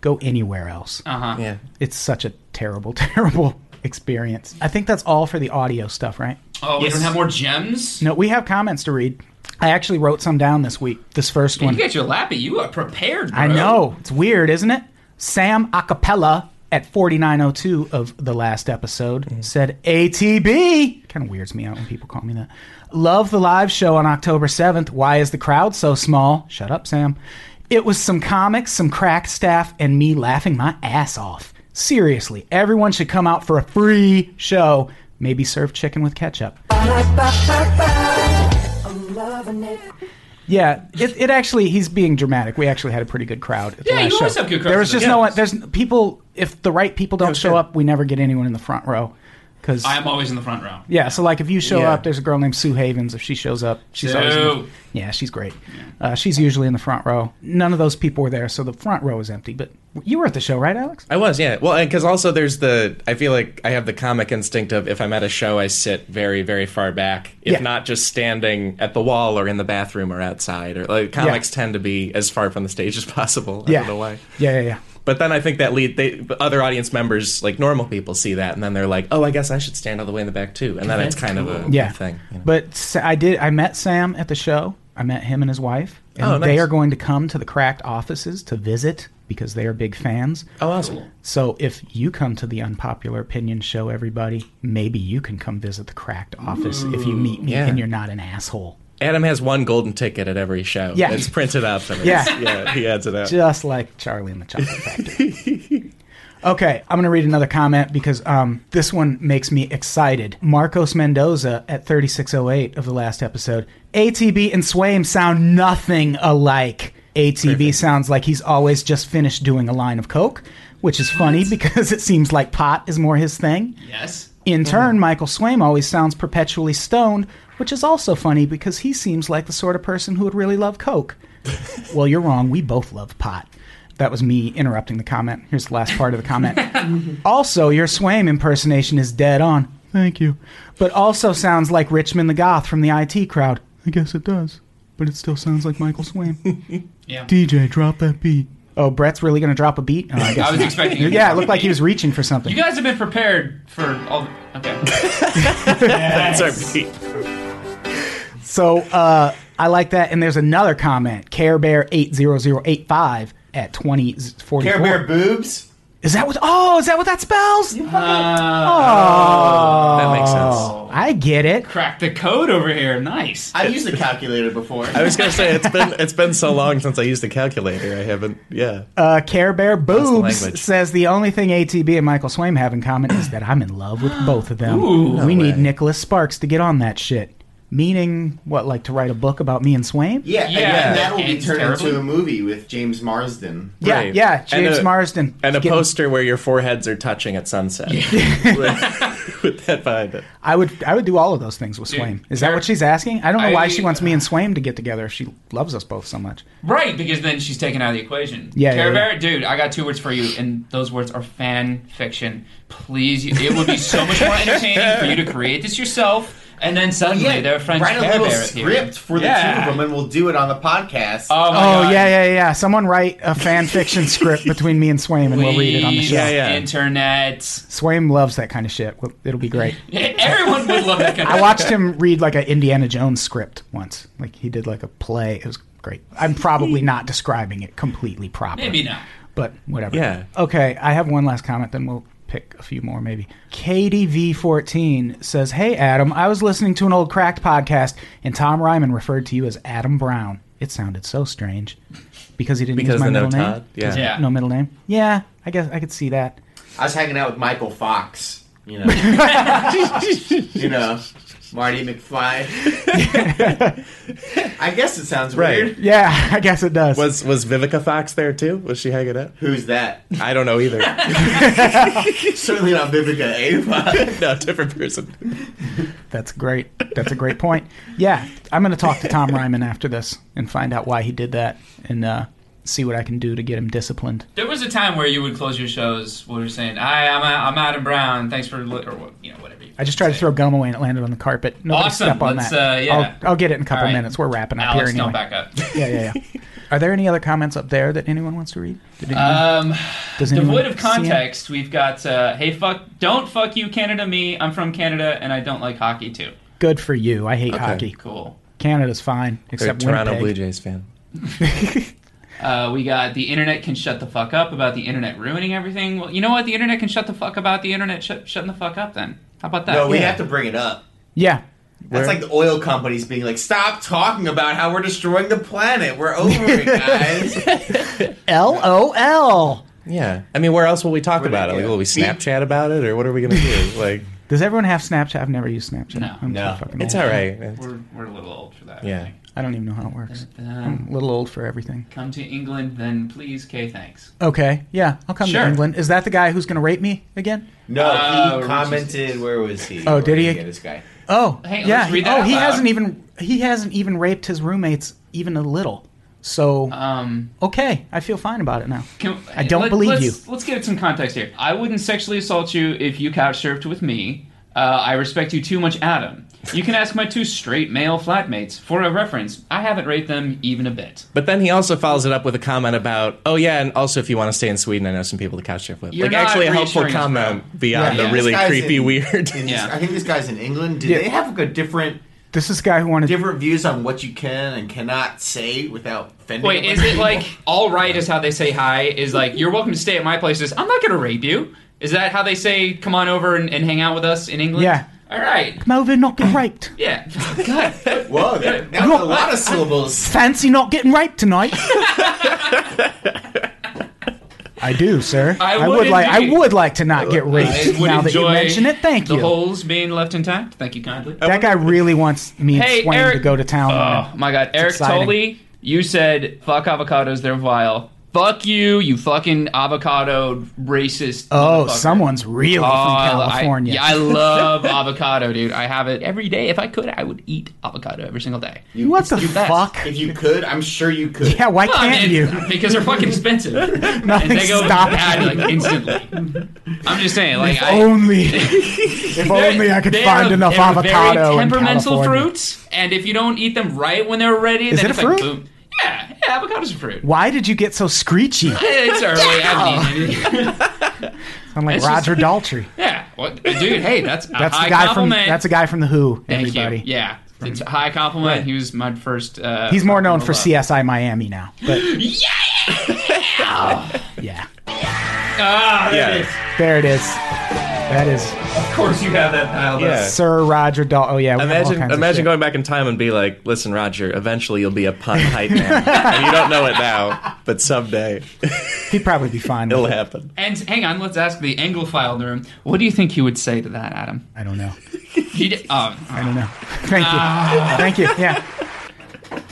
A: go anywhere else.
B: uh-huh.
C: yeah.
A: It's such a terrible, <laughs> terrible experience. I think that's all for the audio stuff, right?
B: Oh, we
D: Yes.
B: don't have more gems.
A: No, we have comments to read. I actually wrote some down this week. This first
B: You <laughs>
A: one.
B: get your lappy. You are prepared. Bro.
A: I know. It's weird, isn't it? Sam Acapella at 4902 of the last episode said ATB. Kind of weirds me out when people call me that. Love the live show on October 7th. Why is the crowd so small? Shut up, Sam. It was some comics, some crack staff, and me laughing my ass off. Seriously, everyone should come out for a free show. Maybe serve chicken with ketchup. Yeah, it, it actually he's being dramatic. We actually had a pretty good crowd. At the
B: Yeah, you
A: last
B: always
A: show.
B: have good crowds
A: There was
B: at
A: just
B: the
A: no one.
B: shows.
A: There's people. If the right people don't show
C: good.
A: up, we never get anyone in the front row. Because
B: I am always in the front row.
A: yeah, so like if you show
C: Yeah.
A: up, there's a girl named Sue Havens. If she shows up, she's always in the-
B: Sue.
A: yeah, she's great. Uh, she's usually in the front row. None of those people were there, so the front row was empty. But you were at the show, right, Alex?
C: I was, yeah. Well, because also there's the. I feel like I have the comic instinct of if I'm at a show, I sit very, very far back. If
A: Yeah.
C: not just standing at the wall or in the bathroom or outside, or like comics tend to be as far from the stage as possible. I
A: yeah.
C: don't know why.
A: Yeah, yeah, yeah.
C: But then I think that lead they but other audience members, like normal people, see that and then they're like, "Oh, I guess I should stand all the way in the back too." And then it's kind of a
A: yeah.
C: thing. you know.
A: But s- I did. I met Sam at the show. I met him and his wife, and
C: Oh,
A: they
C: nice.
A: are going to come to the Cracked offices to visit because they are big fans.
C: Oh, awesome.
A: So if you come to the Unpopular Opinion show, everybody, maybe you can come visit the Cracked office if you meet me
C: yeah.
A: and you're not an asshole.
C: Adam has one golden ticket at every show.
A: Yeah.
C: it's printed up. And
A: Yeah.
C: it's- yeah, he adds it up.
A: just like Charlie and the Chocolate Factory. okay, I'm going to read another comment because um, this one makes me excited. Marcos Mendoza at 3608 of the last episode. ATB and Swaim sound nothing alike. ATB sounds like he's always just finished doing a line of coke, which is funny because it seems like pot is more his thing.
B: Yes.
A: In turn, Michael Swaim always sounds perpetually stoned, which is also funny because he seems like the sort of person who would really love Coke. well, you're wrong. We both love pot. That was me interrupting the comment. Here's the last part of the comment. also, your Swaim impersonation is dead on. Thank you. But also sounds like Richmond the Goth from the IT crowd. I guess it does. But it still sounds like Michael Swaim.
B: Yeah.
A: DJ, drop that beat. Oh, Brett's really going to drop a beat? Oh, I
B: <laughs>
A: guess <laughs>
B: I was
A: not.
B: expecting. you-
A: Yeah, it looked like he was reaching for something.
B: You guys have been prepared for all. The,
A: <laughs>
B: okay.
C: That's our beat.
A: So uh, I like that. And there's another comment, Care Bear eight zero zero eight five at twenty forty
D: Care Bear
A: four.
D: boobs.
A: Is that what? Oh, is that what that spells? Uh,
C: That makes sense.
A: I get it.
B: Crack the code over here. Nice.
D: I've used the calculator before.
C: I was gonna say it's been it's been so long since I used the calculator. I haven't. Yeah.
A: Uh, Care Bear boobs
C: language.
A: says the only thing ATB and Michael Swaim have in common is that I'm in love
C: <gasps>
A: with both of them.
B: Ooh.
A: we need
C: way.
A: Nicholas Sparks to get on that shit. Meaning what? Like to write a book about me and Swaim?
D: yeah, and
B: Yeah,
D: then that will be
B: it's
D: turned
B: terrible.
D: into a movie with James Marsden.
A: yeah,
C: Right.
A: yeah,
C: And
A: James
C: a-
A: Marsden
C: And a
A: Get-
C: poster where your foreheads are touching at sunset.
A: <laughs>
C: with, with that behind it.
A: I would I would do all of those things with
B: Dude,
A: Swaim. Is that what she's asking? I don't know why
B: I-
A: she wants me and Swaim to get together. if She loves us both so much.
B: Right, because then she's taken out of the equation.
A: Yeah,
B: Care
A: yeah,
B: Bear, dude, I got two words for you, and those words are fan fiction. Please, you- it would be so much more entertaining for you to create this yourself, and then suddenly their friends
D: write a
B: Care
D: little
B: Bear appear.
D: script for the
B: Yeah.
D: two of them, and we'll do it on the podcast.
B: Oh, my
A: Oh
B: God.
A: yeah, yeah, yeah. Someone write a fan fiction script between me and Swaim, and we'll read it on the
B: Please,
A: show.
C: Yeah, yeah.
B: Internet.
A: Swaim loves that kind of shit. Well, It'll be great.
B: Everyone would love that kind
A: <laughs>
B: of
A: I watched him read like an Indiana Jones script once. Like he did like a play. It was great. I'm probably not describing it completely properly.
B: Maybe not.
A: but whatever.
C: Yeah.
A: Okay, I have one last comment, then we'll pick a few more maybe. KDV14 says, Hey, Adam, I was listening to an old cracked podcast, and Tom Ryman referred to you as Adam Brown. It sounded so strange because he didn't
C: Because
A: use my
C: the no
A: middle name.
C: Todd. Yeah.
B: Yeah.
A: No middle name. Yeah, I guess I could see that.
D: I was hanging out with Michael Fox. You know, you know, Marty McFly. I guess it sounds
C: Right.
D: weird.
A: Yeah, <laughs> I guess it does.
C: Was was Vivica Fox there too? Was she hanging out?
D: Who's that?
C: I don't know either. <laughs>
D: Certainly not Vivica Ava.
C: no, different person.
A: That's great. That's a great point. Yeah, I'm going to talk to Tom Ryman after this and find out why he did that and uh, see what I can do to get him disciplined.
B: There was a time where you would close your shows where you're saying, "Hi, I'm I'm Adam Brown. Thanks for li-, or what- you know whatever." You
A: I just tried to
B: say.
A: throw gum away and it landed on the carpet. Nobody
B: Awesome.
A: step on
B: Let's,
A: that.
B: uh, yeah.
A: I'll, I'll get it in a <laughs> couple
B: All right.
A: minutes. We're wrapping up
B: Alex,
A: here anyway.
B: don't back up.
A: Yeah, yeah,
B: <laughs>
A: yeah. Are there any other comments up there that anyone wants to read? Did anyone,
B: Um,
A: does anyone
B: devoid of
A: see 'em?
B: context, we've got uh, "Hey fuck, don't fuck you, Canada me. I'm from Canada and I don't like hockey too."
A: Good for you. I hate hockey.
B: Cool.
A: Canada's fine,
C: They're a
A: except
C: Toronto Blue
A: Winnipeg.
C: Jays fan.
B: Uh, we got the internet can shut the fuck up about the internet ruining everything. Well, you know what? The internet can shut the fuck about the internet shut shutting the fuck up. Then how about that?
D: no, we
A: Yeah.
D: have to bring it up.
A: <laughs> Yeah.
D: That's like the oil companies being like, "Stop talking about how we're destroying the planet. We're over it, guys."
A: LOL.
C: Yeah. I mean, where else will we talk about it? Like, will we
D: Yeah.
C: Snapchat about it, or what are we gonna do? Like,
A: Does everyone have Snapchat? I've never used Snapchat.
B: No.
A: I'm too
D: No.
A: fucking
C: It's
A: old.
C: all right.
B: We're, we're a little old for that. I
C: Yeah.
B: think.
A: I don't even know how it works.
B: Um,
A: I'm a little old for everything.
B: come to England, then please, K, thanks.
A: Okay, yeah, I'll come
B: Sure.
A: to England. Is that the guy who's going to rape me again?
D: No,
B: Uh,
D: he
B: Richie's-
D: commented. Where was he?
A: Oh,
D: Where
A: did he?
D: get This guy.
A: Oh,
B: Hey,
A: yeah.
B: let's read that
A: oh,
B: out
A: he
B: loud.
A: hasn't even he hasn't even raped his roommates even a little. So
B: Um,
A: okay, I feel fine about it now.
B: can,
A: I don't believe
B: let's,
A: you.
B: Let's give it some context here. I wouldn't sexually assault you if you couch surfed with me. Uh, I respect you too much, Adam. You can ask my two straight male flatmates for a reference. I haven't raped them even a bit.
C: But then he also follows it up with a comment about, oh yeah, and also if you want to stay in Sweden, I know some people to couch surf with.
B: You're
C: like
B: not
C: actually a helpful
B: reassuring us, bro.
C: comment beyond
B: Yeah.
C: the really
D: This guy's
C: creepy
D: in-
C: weird. <laughs>
D: In-
B: Yeah.
D: I think this guy's in England. Do
A: Yeah.
D: they have like a different
A: This is the guy who wanted.
D: different views on what you can and cannot say without offending?
B: Wait,
D: a bunch
B: is
D: of
B: it
D: people?
B: like all right is how they say hi? Is like you're welcome to stay at my places. I'm not going to rape you. Is that how they say come on over and, and hang out with us in England?
A: Yeah.
B: All right.
A: Come over, and not
B: <coughs>
A: get raped.
B: Yeah. <laughs> God.
D: Whoa, that, that was a lot of syllables.
A: Fancy not getting raped
B: <laughs>
A: tonight? I do, sir.
B: I
A: would,
B: would
A: like. I
B: indeed.
A: would like to not get raped.
B: would
A: Now that you
B: enjoy
A: mention it, thank
B: the
A: you.
B: holes being left intact. Thank you kindly.
A: that guy really wants me and
B: Hey,
A: Swain to
B: Eric-
A: go to town. on
B: Oh
A: him.
B: my god, Eric
A: exciting.
B: Tolley, you said fuck avocados, they're vile. Fuck you, you fucking avocado racist.
A: oh,
B: motherfucker.
A: someone's really
B: Oh, I-
A: from California.
B: I, yeah, I
A: <laughs>
B: love avocado, dude. I have it every day. If I could, I would eat avocado every single day.
A: what the
B: best.
A: fuck?
D: <laughs> If you could, I'm sure you could.
A: Yeah, why
B: I
A: can't
B: mean,
A: you?
B: Because they're
A: <laughs>
B: fucking expensive. and
A: Nothing
B: they go
A: stopped
B: bad
A: me.
B: like instantly. I'm just saying, like
A: If
B: I
A: only,
B: <laughs>
A: if only I could
B: They're-
A: find enough
B: they're
A: avocado
B: Very
A: in
B: temperamental
A: California.
B: fruits, and if you don't eat them right when they're ready,
A: Is
B: then
A: it a
B: it's like,
A: fruit?
B: boom. Yeah, yeah, avocados are fruit.
A: Why did you get so
B: <laughs>
A: screechy?
B: It's early. I've eaten it.
A: I'm like
B: It's just-
A: Roger
B: <laughs>
A: Daltrey.
B: yeah, what, dude? Hey, that's a
A: That's
B: high
A: the guy
B: compliment.
A: from that's a guy from the Who.
B: Thank
A: everybody.
B: you. Yeah, it's a high compliment. He was my first. Uh,
A: He's more known for
B: rock and roll
A: CSI Miami now, but
B: up. <gasps> Yeah.
A: <laughs> yeah,
B: Ah, there it is.
A: there it is. That is
B: Of course, you have that dialed up.
C: Yeah.
A: Sir Roger Dal. Oh yeah, we have all
C: Imagine,
A: kinds of
C: imagine
A: shit.
C: going back in time and be like, listen, Roger, eventually you'll be a pun hype <laughs> man. and you don't know it now, but someday <laughs>
A: He'd probably be fine.
C: it'll
A: With it.
C: happen.
B: And hang on, let's ask the Anglophile in the room. What do you think he would say to that, Adam?
A: I don't know.
B: He d- um,
A: I don't know. <laughs> Thank
B: Ah.
A: you. Thank you. Yeah.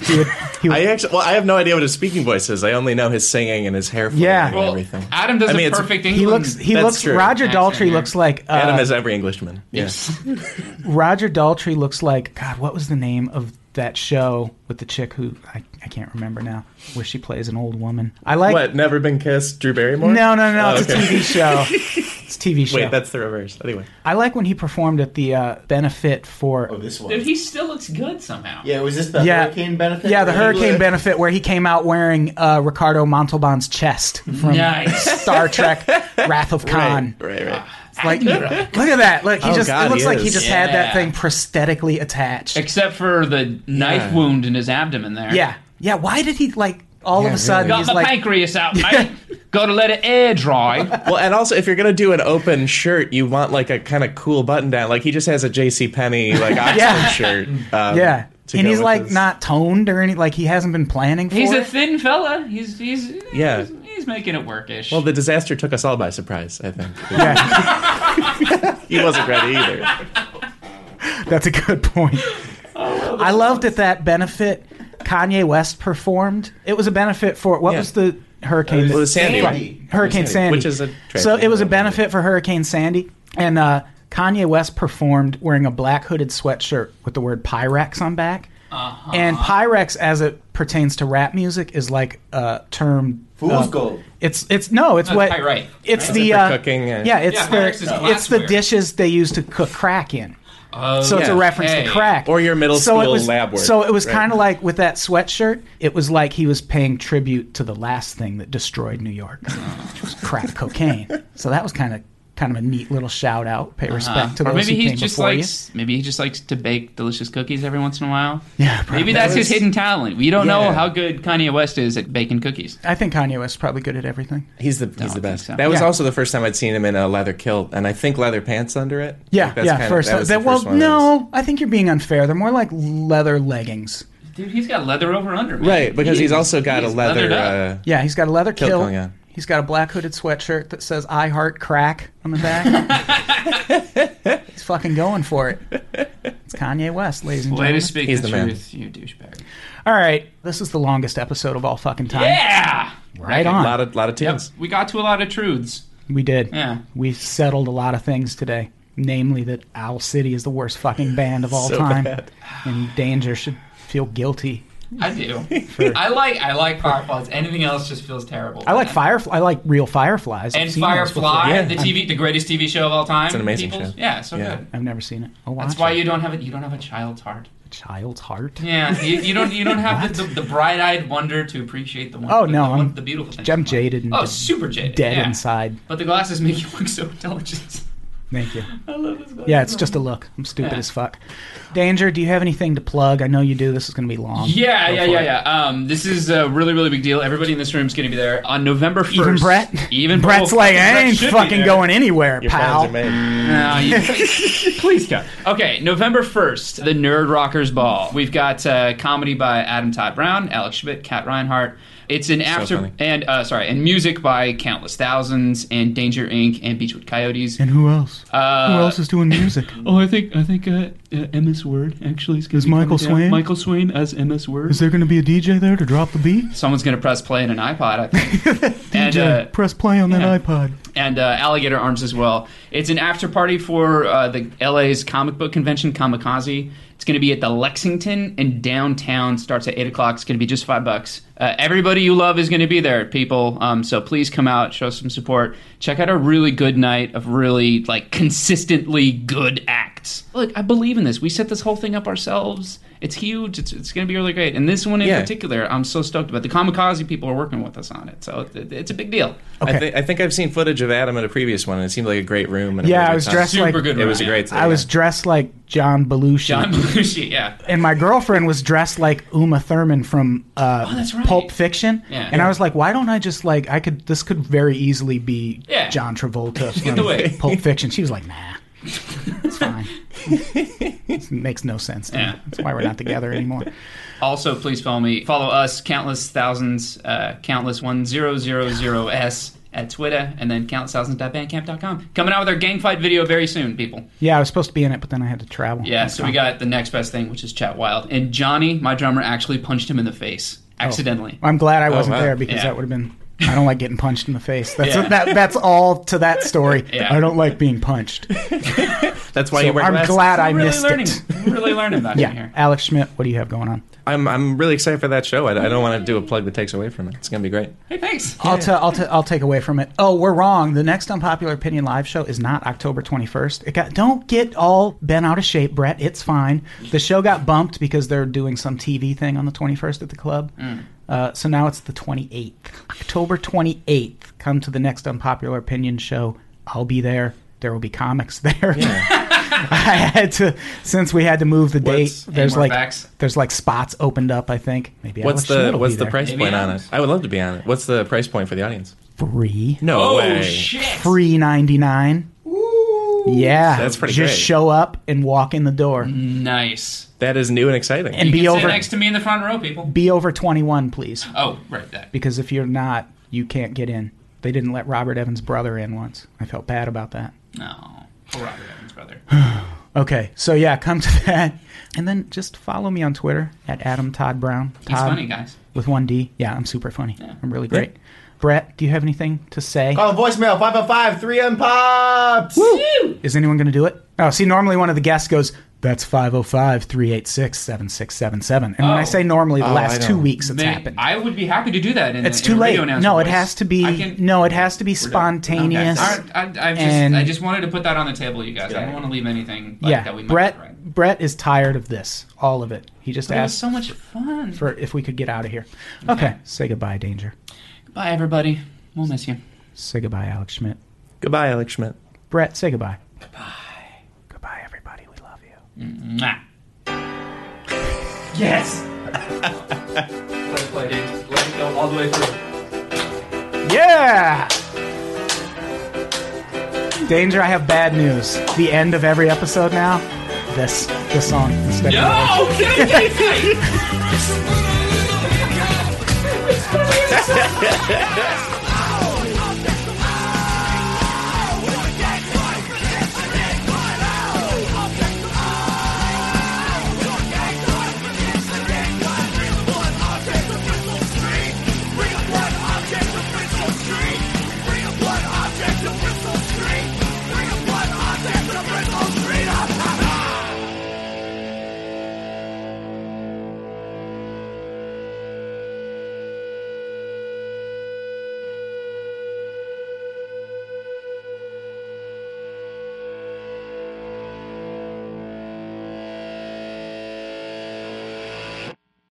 A: He would. He would
C: I actually, well, I have no idea what his speaking voice is. I only know his singing and his hair flowing
A: Yeah.
C: and
B: well,
C: everything.
B: Adam does
C: I mean,
B: a
C: it's-
B: perfect
A: he
B: England.
A: looks. He
C: That's
A: looks.
C: true.
A: Roger
B: Accent
A: Daltrey
B: here.
A: looks like uh,
C: Adam is every Englishman. Yes.
A: Roger Daltrey looks like God. What was the name of that show with the chick who I, I can't remember now, where she plays an old woman? I like
C: What, Never Been Kissed, Drew Barrymore?
A: no, no, no.
C: Oh,
A: it's
C: okay.
A: a TV
C: <laughs>
A: show. It's a TV show.
C: Wait, that's the reverse. Anyway.
A: I like when he performed at the uh, benefit for
D: Oh, this one.
B: Dude, he still looks good somehow.
D: yeah, was this the
A: Yeah.
D: hurricane benefit?
A: yeah the
D: Where he
A: hurricane
D: lived?
A: benefit where he came out wearing uh, Ricardo Montalban's chest from
B: Nice.
A: Star Trek: Wrath of Khan.
C: <laughs> Right, right.
A: <laughs> Like, look at that! Look, he
C: Oh,
A: just—it
C: God,
A: looks
C: he
A: like he
C: is.
A: just had that
B: Yeah.
A: thing prosthetically attached.
B: Except for the knife
C: Yeah.
B: wound in his abdomen there.
A: Yeah, yeah. Why did he like all of a sudden?
B: Got
A: he's
B: my
A: like, <laughs>
B: pancreas out, mate. Gotta let it air dry.
C: Well, and also if you're gonna do an open shirt, you want like a kind of cool button down. Like he just has a J.C.
A: <laughs>
C: Penney like Oxford
A: Yeah.
C: shirt. Um,
A: Yeah.
C: to
A: And
C: go
A: he's
C: with
A: like
C: his-
A: not toned or any like he hasn't been planning for
B: He's a
A: it.
B: thin fella. He's he's
C: Yeah.
B: He's, he's making it workish.
C: Well, the disaster took us all by surprise. I think
A: yeah,
C: <laughs> he wasn't ready either.
A: that's a good
B: <laughs>
A: point. I loved at that benefit Kanye West performed. It was a benefit for what
C: Yeah.
A: was the hurricane?
C: It was Sandy.
A: Fuck, Hurricane
C: Sandy,
A: Sandy,
C: which is a
A: so
C: tragedy.
A: it was a benefit for Hurricane Sandy, and uh, Kanye West performed wearing a black hooded sweatshirt with the word Pyrex on back.
B: Uh-huh.
A: And Pyrex, as it pertains to rap music, is like a term. uh,
D: Fool's gold.
A: It's it's no, it's what
B: pyrite,
A: It's
B: right?
A: the
C: for
A: uh,
C: cooking and-
A: yeah, it's
B: Yeah,
A: the
B: Pyrex is
A: it's the
B: glassware.
A: dishes they use to cook crack in.
B: Oh,
A: So it's a
C: Yeah.
A: reference
B: Hey.
A: to crack
C: Or your middle
A: so it
C: school
A: was,
C: lab work,
A: So it was
C: right.
A: kind of like with that sweatshirt. It was like he was paying tribute to the last thing that destroyed New York,
B: Oh.
A: which was crack cocaine. So that was kind of kind of a neat little shout out. Pay respect to
B: Uh-huh. or
A: those
B: maybe
A: who
B: he
A: came
B: just
A: before
B: likes maybe he just likes to bake delicious cookies every once in a while.
A: you. Yeah, probably.
B: Maybe that's his hidden talent. We don't know
C: Yeah.
B: how good Kanye West is at baking cookies.
A: I think Kanye West is probably good at everything.
C: He's the he's the
B: think
C: best.
B: so.
C: That was
A: Yeah.
C: also the first time I'd seen him in a leather kilt, and I think leather pants under it.
A: Yeah,
C: Like, that's
A: yeah.
C: kinda-
A: first,
C: that was
A: that-
C: the
A: well,
C: first one I was-
A: no, I think you're being unfair. They're more like leather leggings.
B: Dude, he's got leather over under. man.
C: Right, because
B: He
C: he's
B: is-
C: also got
B: he
C: a
B: is leathered
C: leather.
B: up.
C: Uh,
A: Yeah, he's got a leather kilt.
C: going on.
A: He's He's got a black hooded sweatshirt that says "I heart crack" on the back.
B: <laughs>
A: He's fucking going for it. It's Kanye West, ladies and
B: Way
A: gentlemen.
B: to speak
C: uh, He's
B: the,
C: the man.
B: truth, you douchebag.
A: All right, this is the longest episode of all fucking time.
B: Yeah.
A: Right
C: A
A: on.
C: lot of lot of
B: Yep.
C: tunes.
B: We got to a lot of truths.
A: We did.
B: Yeah.
A: We settled a lot of things today, namely that Owl City is the worst fucking band of all
C: So
A: time,
C: bad.
A: and Danger should feel guilty.
B: I
C: <laughs>
B: do. I like I like Fireflies. Anything else just feels terrible.
A: I like Firefly. I like real Fireflies. I've
B: and
A: seen those
B: Firefly,
A: before.
B: the TV, the greatest TV show of all time. It's
C: an amazing show.
B: Yeah, so
C: Yeah.
B: good.
A: I've never seen it. I'll watch
B: That's why
A: it.
B: you don't have a you don't have a child's heart.
A: Child's Heart.
B: Yeah, you, you don't you don't have the, the, the bright-eyed wonder to appreciate the one.
A: Oh,
B: the,
A: no,
B: the, one-
A: I'm-
B: the beautiful things.
A: I'm
B: in life.
A: jaded and
B: Oh, super jaded.
A: dead
B: yeah.
A: inside.
B: But the glasses make you look so intelligent. <laughs>
A: Thank you.
B: I love this. Glasses.
A: Yeah, it's just a look. I'm stupid
B: Yeah.
A: as fuck. Danger, do you have anything to plug? I know you do. This is going to be long.
B: Yeah,
A: Go
B: yeah,
A: for
B: yeah,
A: it.
B: yeah. Um, this is a really, really big deal. Everybody in this room is going to be there on November first.
A: Even Brett? <laughs>
B: even
A: Brett's
B: well,
A: like, I
B: Brett
A: ain't
B: should be
A: fucking
B: there.
A: going anywhere, pal.
C: Plans are made.
B: No, you, <laughs> please go. Okay, November 1st, the Nerd Rockers Ball. We've got uh, comedy by Adam Todd Brown, Alex Schmidt, Kat Reinhardt. It's an after
C: funny.
B: and uh, sorry, and music by Countless Thousands and Danger Inc. and Beachwood Coyotes.
A: And who else?
B: Uh,
A: who else is doing music?
B: <laughs> Oh, I think I think uh, uh, MS Word actually is going
A: Is Michael Swain?
B: Michael Swain as MS Word.
A: Is there going to be a DJ there to drop the beat?
B: Someone's going to press play in an iPod. I think. and,
A: DJ,
B: uh,
A: press play on that
B: yeah.
A: iPod.
B: and uh, Alligator Arms as well. It's an after party for uh, the LA's comic book convention, Kamikaze. It's going to be at the Lexington in downtown. Starts at eight o'clock. It's going to be just five bucks. Uh, everybody you love is going to be there, people. Um, so please come out, show some support. Check out a really good night of really like consistently good acts. Look, I believe in this. We set this whole thing up ourselves. It's huge. It's, it's going to be really great. And this one in
C: Yeah.
B: particular, I'm so stoked about. The Kamikaze people are working with us on it, so it, it's a big deal.
A: Okay.
C: I, thi- I think I've seen footage of Adam at a previous one, and it seemed like a great room. And a
A: Yeah, I
C: really good
A: was
C: time.
A: dressed like
B: Super good.
C: It was a
B: room.
C: great.
A: I was dressed like John Belushi,
B: <laughs> John Belushi, yeah.
A: and my girlfriend was dressed like Uma Thurman from uh,
B: Oh, that's right.
A: Pulp Fiction.
B: Yeah.
A: And I was like, why don't I just like I could this could very easily be
B: Yeah.
A: John
B: <laughs>
A: Travolta
B: the way.
A: from Pulp Fiction. She was like, nah,
B: <laughs>
A: it's fine. it makes no sense. To
B: Yeah.
A: me. That's why we're not together anymore.
B: Also, please follow me. Follow us, countless thousands, uh, countless one zero zero zero s at Twitter, and then countless1000s.bandcamp.com. Coming out with our gang fight video very soon, people.
A: Yeah, I was supposed to be in it, but then I had to travel.
B: Yeah. So we got the next best thing, which is Chat Wild, and Johnny, my drummer, actually punched him in the face accidentally.
A: Oh. I'm glad I wasn't
C: wow.
A: there because
B: Yeah.
A: that would have been. I don't like getting punched in the face. That's
B: Yeah.
A: that. That's all to that story.
B: <laughs> Yeah.
A: I don't like being
B: <laughs>
A: punched.
C: That's why you wear.
A: I'm
C: glasses.
A: glad I
B: I'm really
A: missed
B: learning.
A: it.
B: I'm really
A: <laughs>
B: learning about him
A: Yeah,
B: here.
A: Alex Schmidt, what do you have going on?
C: I'm I'm really excited for that show. I, I don't want to do a plug that takes away from it. It's gonna be great.
B: Hey, thanks.
A: I'll, t- I'll, t- I'll take away from it. Oh, we're wrong. The next Unpopular Opinion live show is not October 21st. It got Don't get all bent out of shape, Brett. It's fine. The show got bumped because they're doing some TV thing on the 21st at the club. Uh, so now it's the 28th. October 28th. Come to the next Unpopular Opinion show. I'll be there. There will be comics <laughs> there. I had to since we had to move the
C: What's-
A: date. There's
B: more
A: like
B: facts?
A: there's like spots opened up. I think maybe
C: What's
A: Alex Schmidt
C: the
A: will
C: What's
A: be
C: the
A: there.
C: price
B: Maybe
C: point on
B: Adam's.
C: it? I would love to be on it. What's the price point for the audience?
A: Free.
C: No
B: Oh
C: way.
B: shit.
A: free 99 yeah
C: That's pretty
A: just
C: great.
A: show up and walk in the door
B: Mm-hmm. Nice.
C: That is new and exciting.
A: and
B: You
A: be
B: can sit
A: over
B: next to me in the front row, people.
A: be over 21 please
B: Oh, right that.
A: because if you're not you can't get in they didn't let robert evans' brother in once i felt bad about that
B: No, Oh, poor Robert Evans' brother.
A: okay so yeah come to <laughs> that and then just follow me on twitter at adam todd brown
B: He's
A: Todd
B: funny, guys.
A: with one d yeah i'm super funny i'm really great brett do you have anything to say
D: Call the voicemail 555 3M Pops.
A: Is anyone going to do it? Oh, see, normally one of the guests goes, that's 505 386 7677. And when I
B: Oh.
A: say normally, the last
C: I
A: two
C: know.
A: weeks it's
B: May-
A: happened.
B: I would be happy to do that. In
A: it's
B: a,
A: too
B: in a
A: late.
B: radio announcer
A: No, it
B: voice.
A: has to be
B: I can-
A: no, it has to be
B: Okay.
A: spontaneous.
B: All right, I, I've just,
A: and-
B: I just wanted to put that on the table, you guys. I don't want to leave anything like,
A: yeah,
B: that we might
A: Brett
B: get right.
A: Brett is tired of this, all of it. He just
B: That was
A: asked
B: so much fun.
A: for if we could get out of here. Okay, say goodbye, Danger.
B: Bye, everybody. We'll miss you.
A: Say goodbye, Alex Schmidt.
C: Goodbye, Alex Schmidt.
A: Brett, say goodbye. Goodbye. Goodbye, everybody. We love you.
B: Mwah. Yes. Let it play, dude. Let it go all the way through.
A: Yeah! Danger, I have bad news. The end of every episode now, this this song instead of mine.
B: No! Get it, get it, get it.